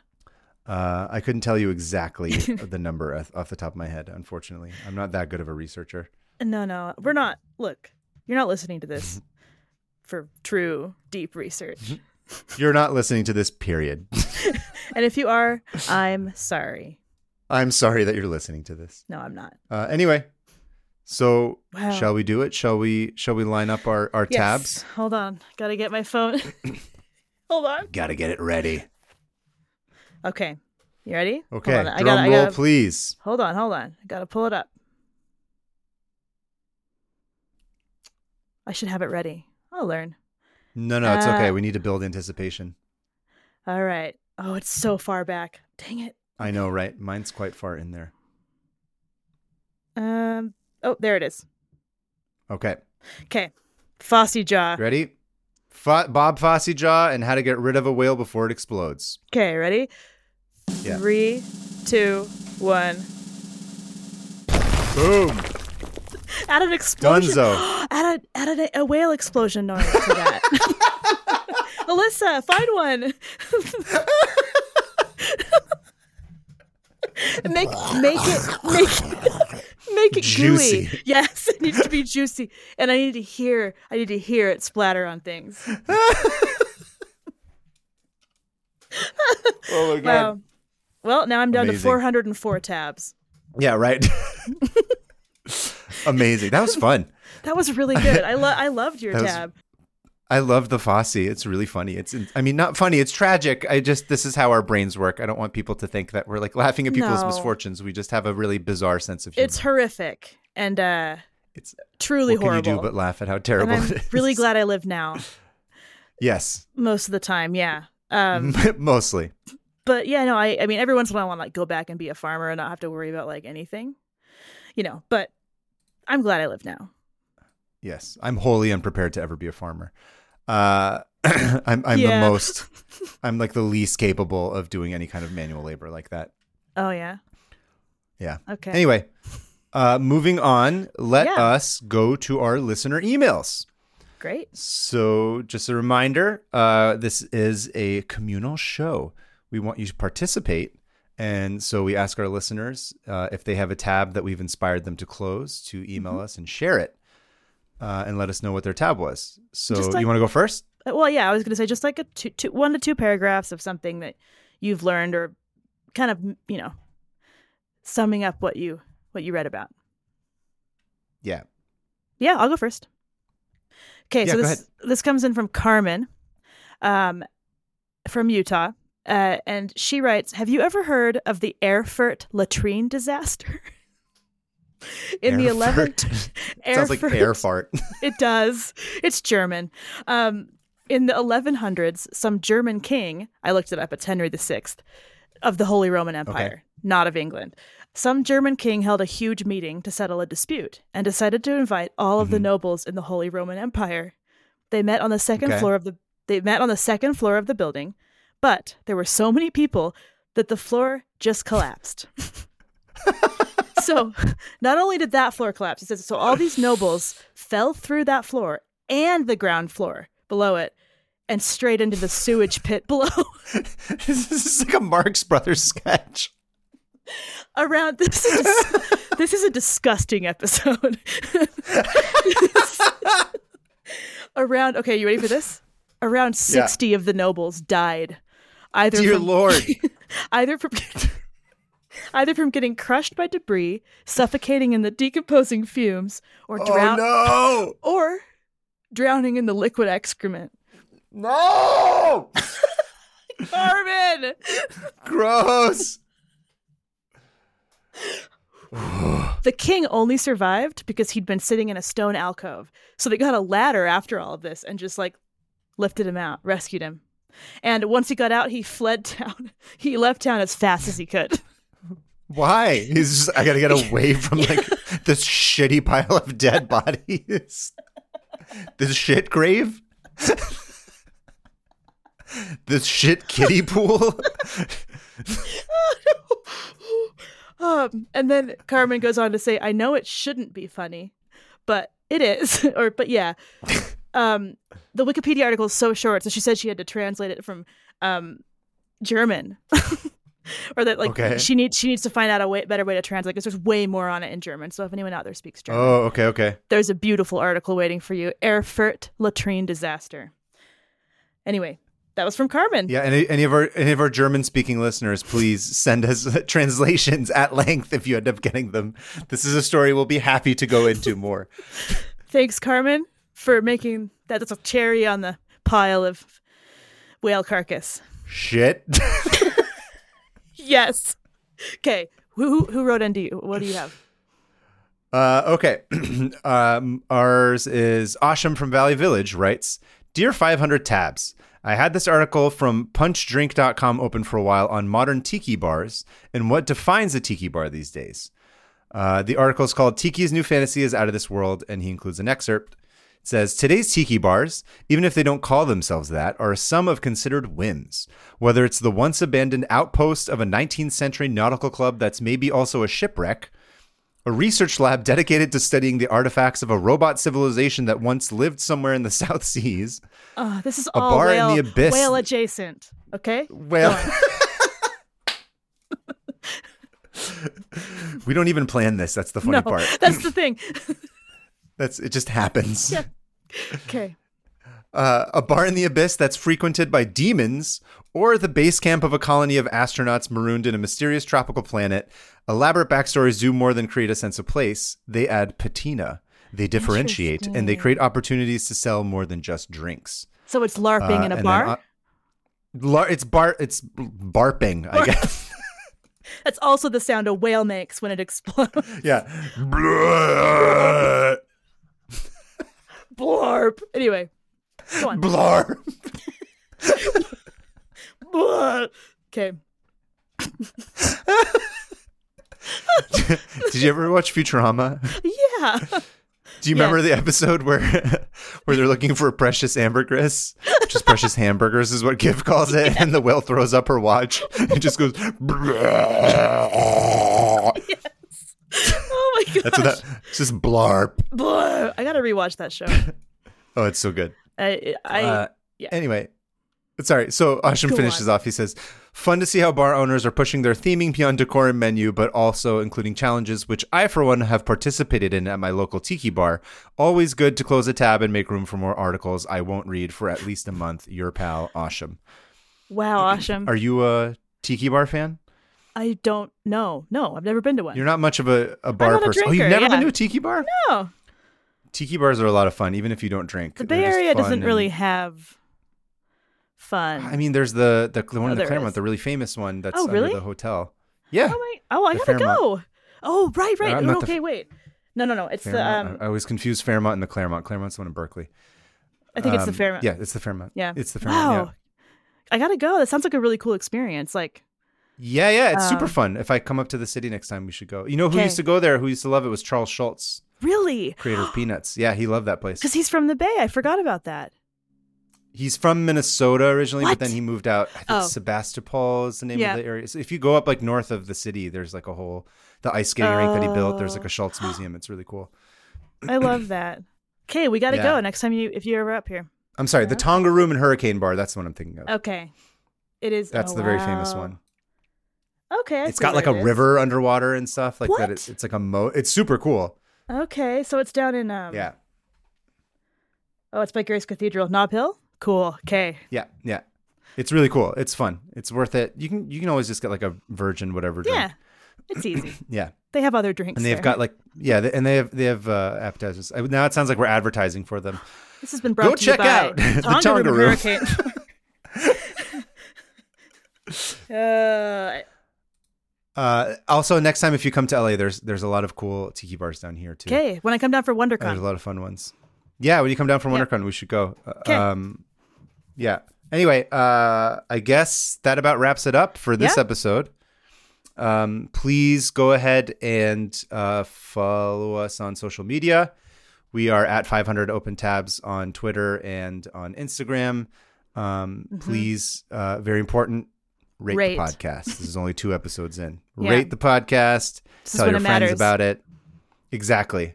Uh, I couldn't tell you exactly the number off- off the top of my head, unfortunately. I'm not that good of a researcher.
No, no. We're not. Look, you're not listening to this for true deep research.
You're not listening to this, period.
and if you are, I'm sorry.
I'm sorry that you're listening to this.
No, I'm not.
Uh, anyway, so
Wow.
shall we do it? Shall we? Shall we line up our our tabs?
Hold on. Gotta get my phone. Hold on.
Gotta get it ready.
Okay. You ready?
Okay,
Hold on.
drum
I gotta, I
roll,
gotta-
please.
Hold on. Hold on. I gotta pull it up. I should have it ready. I'll learn.
No, no, it's
Uh,
okay. We need to build anticipation.
All right. Oh, it's so far back. Dang it.
I know, right? Mine's quite far in there.
Um. Oh, there it is.
Okay,
Okay. Fossy jaw.
ready? Fo- Bob Fosse jaw and how to get rid of a whale before it explodes.
Okay. Ready?
Yeah.
Three, two, one.
Boom.
Add an explosion.
Dunzo.
add a, add a, a whale explosion noise to that. Alyssa, find one. make make it make make it
Juicy.
gooey. Yes, and needs to be juicy, and I need to hear. I need to hear it splatter on things.
Oh my god.
Wow. Well, now I'm down to
Amazing.
404 tabs.
Yeah, right. Amazing. That was fun.
That was really good. I lo- I loved your
That was-
tab.
I love the Fosse. It's really funny. It's I mean not funny, it's tragic. I just this is how our brains work. I don't want people to think that we're like laughing at people's
No.
misfortunes. We just have a really bizarre sense of humor.
It's horrific and uh,
It's-
truly
what can you
horrible.
do but laugh at how terrible
and
it
I'm
is?
really glad I live now
Yes.
most of the time. Yeah.
Mm-hmm.
Um,
Mostly.
but yeah, no, I, I mean, every once in a while, I want to like go back and be a farmer and not have to worry about like anything, you know. But I'm glad I live now.
Yes. I'm wholly unprepared to ever be a farmer. Uh I'm I'm
Yeah.
the most I'm like the least capable of doing any kind of manual labor like that.
Oh yeah.
Yeah.
Okay.
Anyway, uh, moving on, let
Yeah.
us go to our listener emails.
Great.
So, just a reminder uh, this is a communal show. We want you to participate. And so, we ask our listeners uh, if they have a tab that we've inspired them to close to email
Mm-hmm.
us and share it uh, and let us know what their tab was. So,
Just like-
you want to go first?
Uh, Well, yeah, I was going to say just like a two, two, one to two paragraphs of something that you've learned or kind of you know summing up what you what you read about.
Yeah.
Yeah, I'll go first. Okay,
Yeah,
so
go
this this comes in from Carmen, um, from Utah, uh, and she writes: "Have you ever heard of the Erfurt latrine disaster?" in the eleventh,
Sounds like air fart.
it does. It's German. Um, in the 1100s, some German king, I looked it up, it's Henry VI of the Holy Roman Empire, not of England. Some German king held a huge meeting to settle a dispute and decided to invite all of the nobles in the Holy Roman Empire. They met on the second
Okay.
floor of the they met on the second floor of the building, but there were so many people that the floor just collapsed. so not only did that floor collapse, he says, so all these nobles fell through that floor and the ground floor below it and straight into the sewage pit below.
this is like a Marx Brothers sketch.
around this is just- this is a disgusting episode. around okay, you ready for this? Around 60 of the nobles died either
Dear
from
Lord.
either from either from getting crushed by debris, suffocating in the decomposing fumes, or drown
Oh,
or drowning in the liquid excrement.
no. No.
Armin!
Gross.
The king only survived because he'd been sitting in a stone alcove. So they got a ladder after all of this and just like lifted him out, rescued him. And once he got out, he fled town. He left town as fast as he could.
Why? He's just, I gotta get away from like this shitty pile of dead bodies. this shit grave. this shit kiddie pool.
Um, and then Carmen goes on to say, I know it shouldn't be funny, but it is. or, but yeah. Um, the Wikipedia article is so short. So she said she had to translate it from um, German. or that like
Okay.
she needs she needs to find out a way, better way to translate because there's way more on it in German. So if anyone out there speaks German,
oh, okay, okay.
there's a beautiful article waiting for you Erfurt latrine disaster. Anyway, that was from Carmen.
Yeah, any, any of our any of our German speaking listeners, please send us translations at length if you end up getting them. This is a story we'll be happy to go into more.
Thanks, Carmen, for making that. That's a cherry on the pile of whale carcass.
shit.
Yes. Okay. Who who wrote into you? What do you have?
Uh, okay. um, ours is Asham from Valley Village writes Dear 500 Tabs, I had this article from punchdrink.com open for a while on modern tiki bars and what defines a tiki bar these days. Uh, the article is called Tiki's New Fantasy is Out of This World, and he includes an excerpt. It says Today's tiki bars, even if they don't call themselves that, are a sum of considered whims. Whether it's the once abandoned outpost of a 19th century nautical club that's maybe also a shipwreck, a research lab dedicated to studying the artifacts of a robot civilization that once lived somewhere in the South Seas.
Oh, this is all
bar in
whale,
the abyss.
whale adjacent. Okay.
Well, we don't even plan this. That's the funny
no,
part.
that's the thing.
That's it. Just happens.
Yeah. Okay.
Uh, a bar in the abyss that's frequented by demons, or the base camp of a colony of astronauts marooned in a mysterious tropical planet. Elaborate backstories do more than create a sense of place. They add patina. They differentiate and they
Interesting.
create opportunities to sell more than just drinks.
So it's LARPing
Uh,
in
and
a
then,
bar.
uh, lar- it's bar. It's barping. I guess.
That's also the sound a whale makes when it explodes.
yeah.
Blarp. Anyway, go on.
Blar.
Blarp. Okay.
Did you ever watch Futurama?
Yeah.
Do you remember the episode where where they're looking for precious ambergris? Which is precious hamburgers is what Giff calls it, and the whale throws up her watch and just goes That's
Oh my god.
what that it's just blarp.
Blarp. I gotta rewatch that show.
Oh, it's so good.
I, I
Uh,
yeah.
Anyway. Sorry, so Ashim
Go
finishes off. He says, Fun to see how bar owners are pushing their theming beyond decor and menu, but also including challenges, which I, for one, have participated in at my local tiki bar. Always good to close a tab and make room for more articles I won't read for at least a month. Your pal, Ashim.
wow, Asham.
Are you a tiki bar fan?
I don't know. No, I've never been to one.
You're not much of a, a bar
not a
person. oh, you've
drinker,
never
yeah.
been to a tiki bar?
no.
Tiki bars are a lot of fun, even if you don't drink.
The
They're
Bay
just
Area
fun
doesn't
and-
really have fun.
I mean, there's the the, the one
Oh,
in the
there
Claremont,
is.
the really famous one that's
Oh, really?
under the hotel. Yeah.
oh, my, oh, I
the
gotta
Fairmont-
go. Oh, right, right.
Uh,
No,
not the-
okay, wait. No, no, no. It's
Fairmont. uh,
the um.
I, I always confuse Fairmont and the Claremont. Claremont's the one in Berkeley.
I think it's the
Um,
Fairmont.
Yeah, it's the Fairmont.
Yeah.
it's the
wow.
Fairmont.
I gotta go. That sounds like a really cool experience. Like,
Yeah, yeah, yeah it's super
Um,
fun. If I come up to the city next time, we should go. You know who
Okay.
used to go there? Who used to love it was Charles Schultz,
really?
creator of Peanuts. Yeah, he loved that place.
Because he's from the Bay. I forgot about that.
He's from Minnesota originally,
What?
but then he moved out. I think
Oh.
Sebastopol is the name
Yeah.
of the area. So if you go up like north of the city, there's like a whole the ice skating rink that he built. There's like
Oh.
a Schultz museum. It's really cool.
I love that. Okay, we gotta
Yeah.
go next time you if you're ever up here.
I'm sorry, the Tonga Room and Hurricane Bar. That's the one I'm thinking of.
Okay. It is.
That's
oh,
the very famous
wow.
one.
Okay. I
it's
see
got
where
like a
it is.
river underwater and stuff like
What?
that. It's, it's like a mo. It's super cool.
Okay, so it's down in um.
Yeah,
Oh, it's by Grace Cathedral, Nob Hill. Cool. Okay.
yeah, yeah. It's really cool. It's fun. It's worth it. You can you can always just get like a virgin whatever. Drink.
Yeah, it's easy.
yeah.
They have other drinks.
And they've
there.
got like yeah, they, and they have they have uh, appetizers. I, now it sounds like we're advertising for them.
This has been brought
Go
to
check
you by
out the
Tonga
Tonga
River
Room.
Hurricane. uh,
Uh, also, next time if you come to LA, there's there's a lot of cool tiki bars down here too.
okay, when I come down for
And Oh, There's a
WonderCon,
lot of fun ones. Yeah, when you come down from
Yeah.
WonderCon, we should go. Uh,
'Kay.
Um, yeah. Anyway, uh, I guess that about wraps it up for this
Yeah.
episode. Um, please go ahead and uh, follow us on social media. We are at 500 Open Tabs on Twitter and on Instagram. Um, Please, uh, very important, rate,
Mm-hmm. Rate.
the podcast. This is only two episodes in.
Yeah.
Rate the podcast.
This is
tell
when
your
it
friends
matters.
about it. Exactly.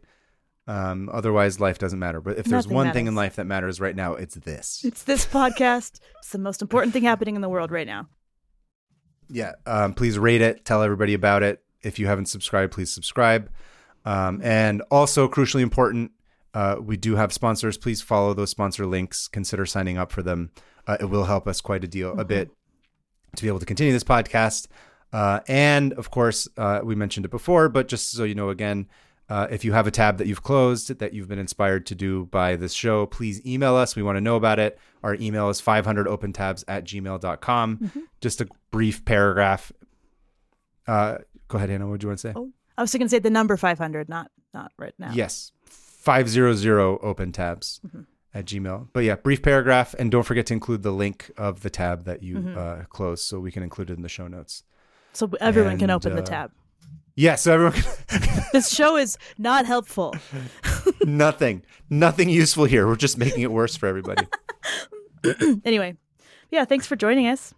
Um, otherwise, life doesn't matter. But if there's
Nothing
one thing in
matters.
life that matters right now, it's this.
it's this podcast. It's the most important thing happening in the world right now.
Yeah. Um, please rate it. Tell everybody about it. If you haven't subscribed, please subscribe. Um, and also, crucially important, uh, we do have sponsors. Please follow those sponsor links. Consider signing up for them. Uh, it will help us quite a deal,
Mm-hmm.
a bit, to be able to continue this podcast. Uh, and of course, uh, we mentioned it before, but just so you know again, uh, if you have a tab that you've closed that you've been inspired to do by this show, please email us. We want to know about it. Our email is 500opentabs at gmail.com. Just a brief paragraph. Uh, go ahead, Anna. What do you want to say?
Oh, I was going to say the number five hundred, not not right now.
Yes. 500 open tabs at Gmail. But yeah, brief paragraph. And don't forget to include the link of the tab that you uh, closed so we can include it in the show notes.
So everyone can
And,
open the
uh,
tab.
Yeah. So everyone, can-
This show is not helpful.
nothing, nothing useful here. We're just making it worse for everybody.
anyway, yeah, thanks for joining us.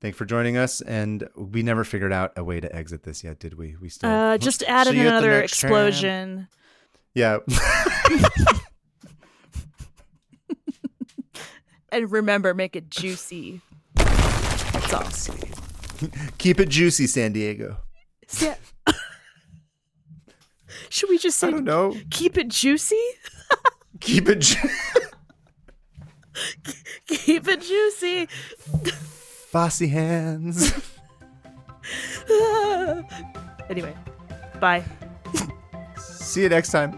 Thanks for joining us. And we never figured out a way to exit this yet, did we? We still.
Uh, just add in
See you at the
another
next tram.
explosion.
Yeah.
And remember, make it juicy. That's all.
Keep it juicy, San Diego.
Sa- Should we just
I
say
don't know.
keep it juicy?
Keep it. ju-
Keep it juicy.
Bossy hands.
anyway, bye.
See you next time.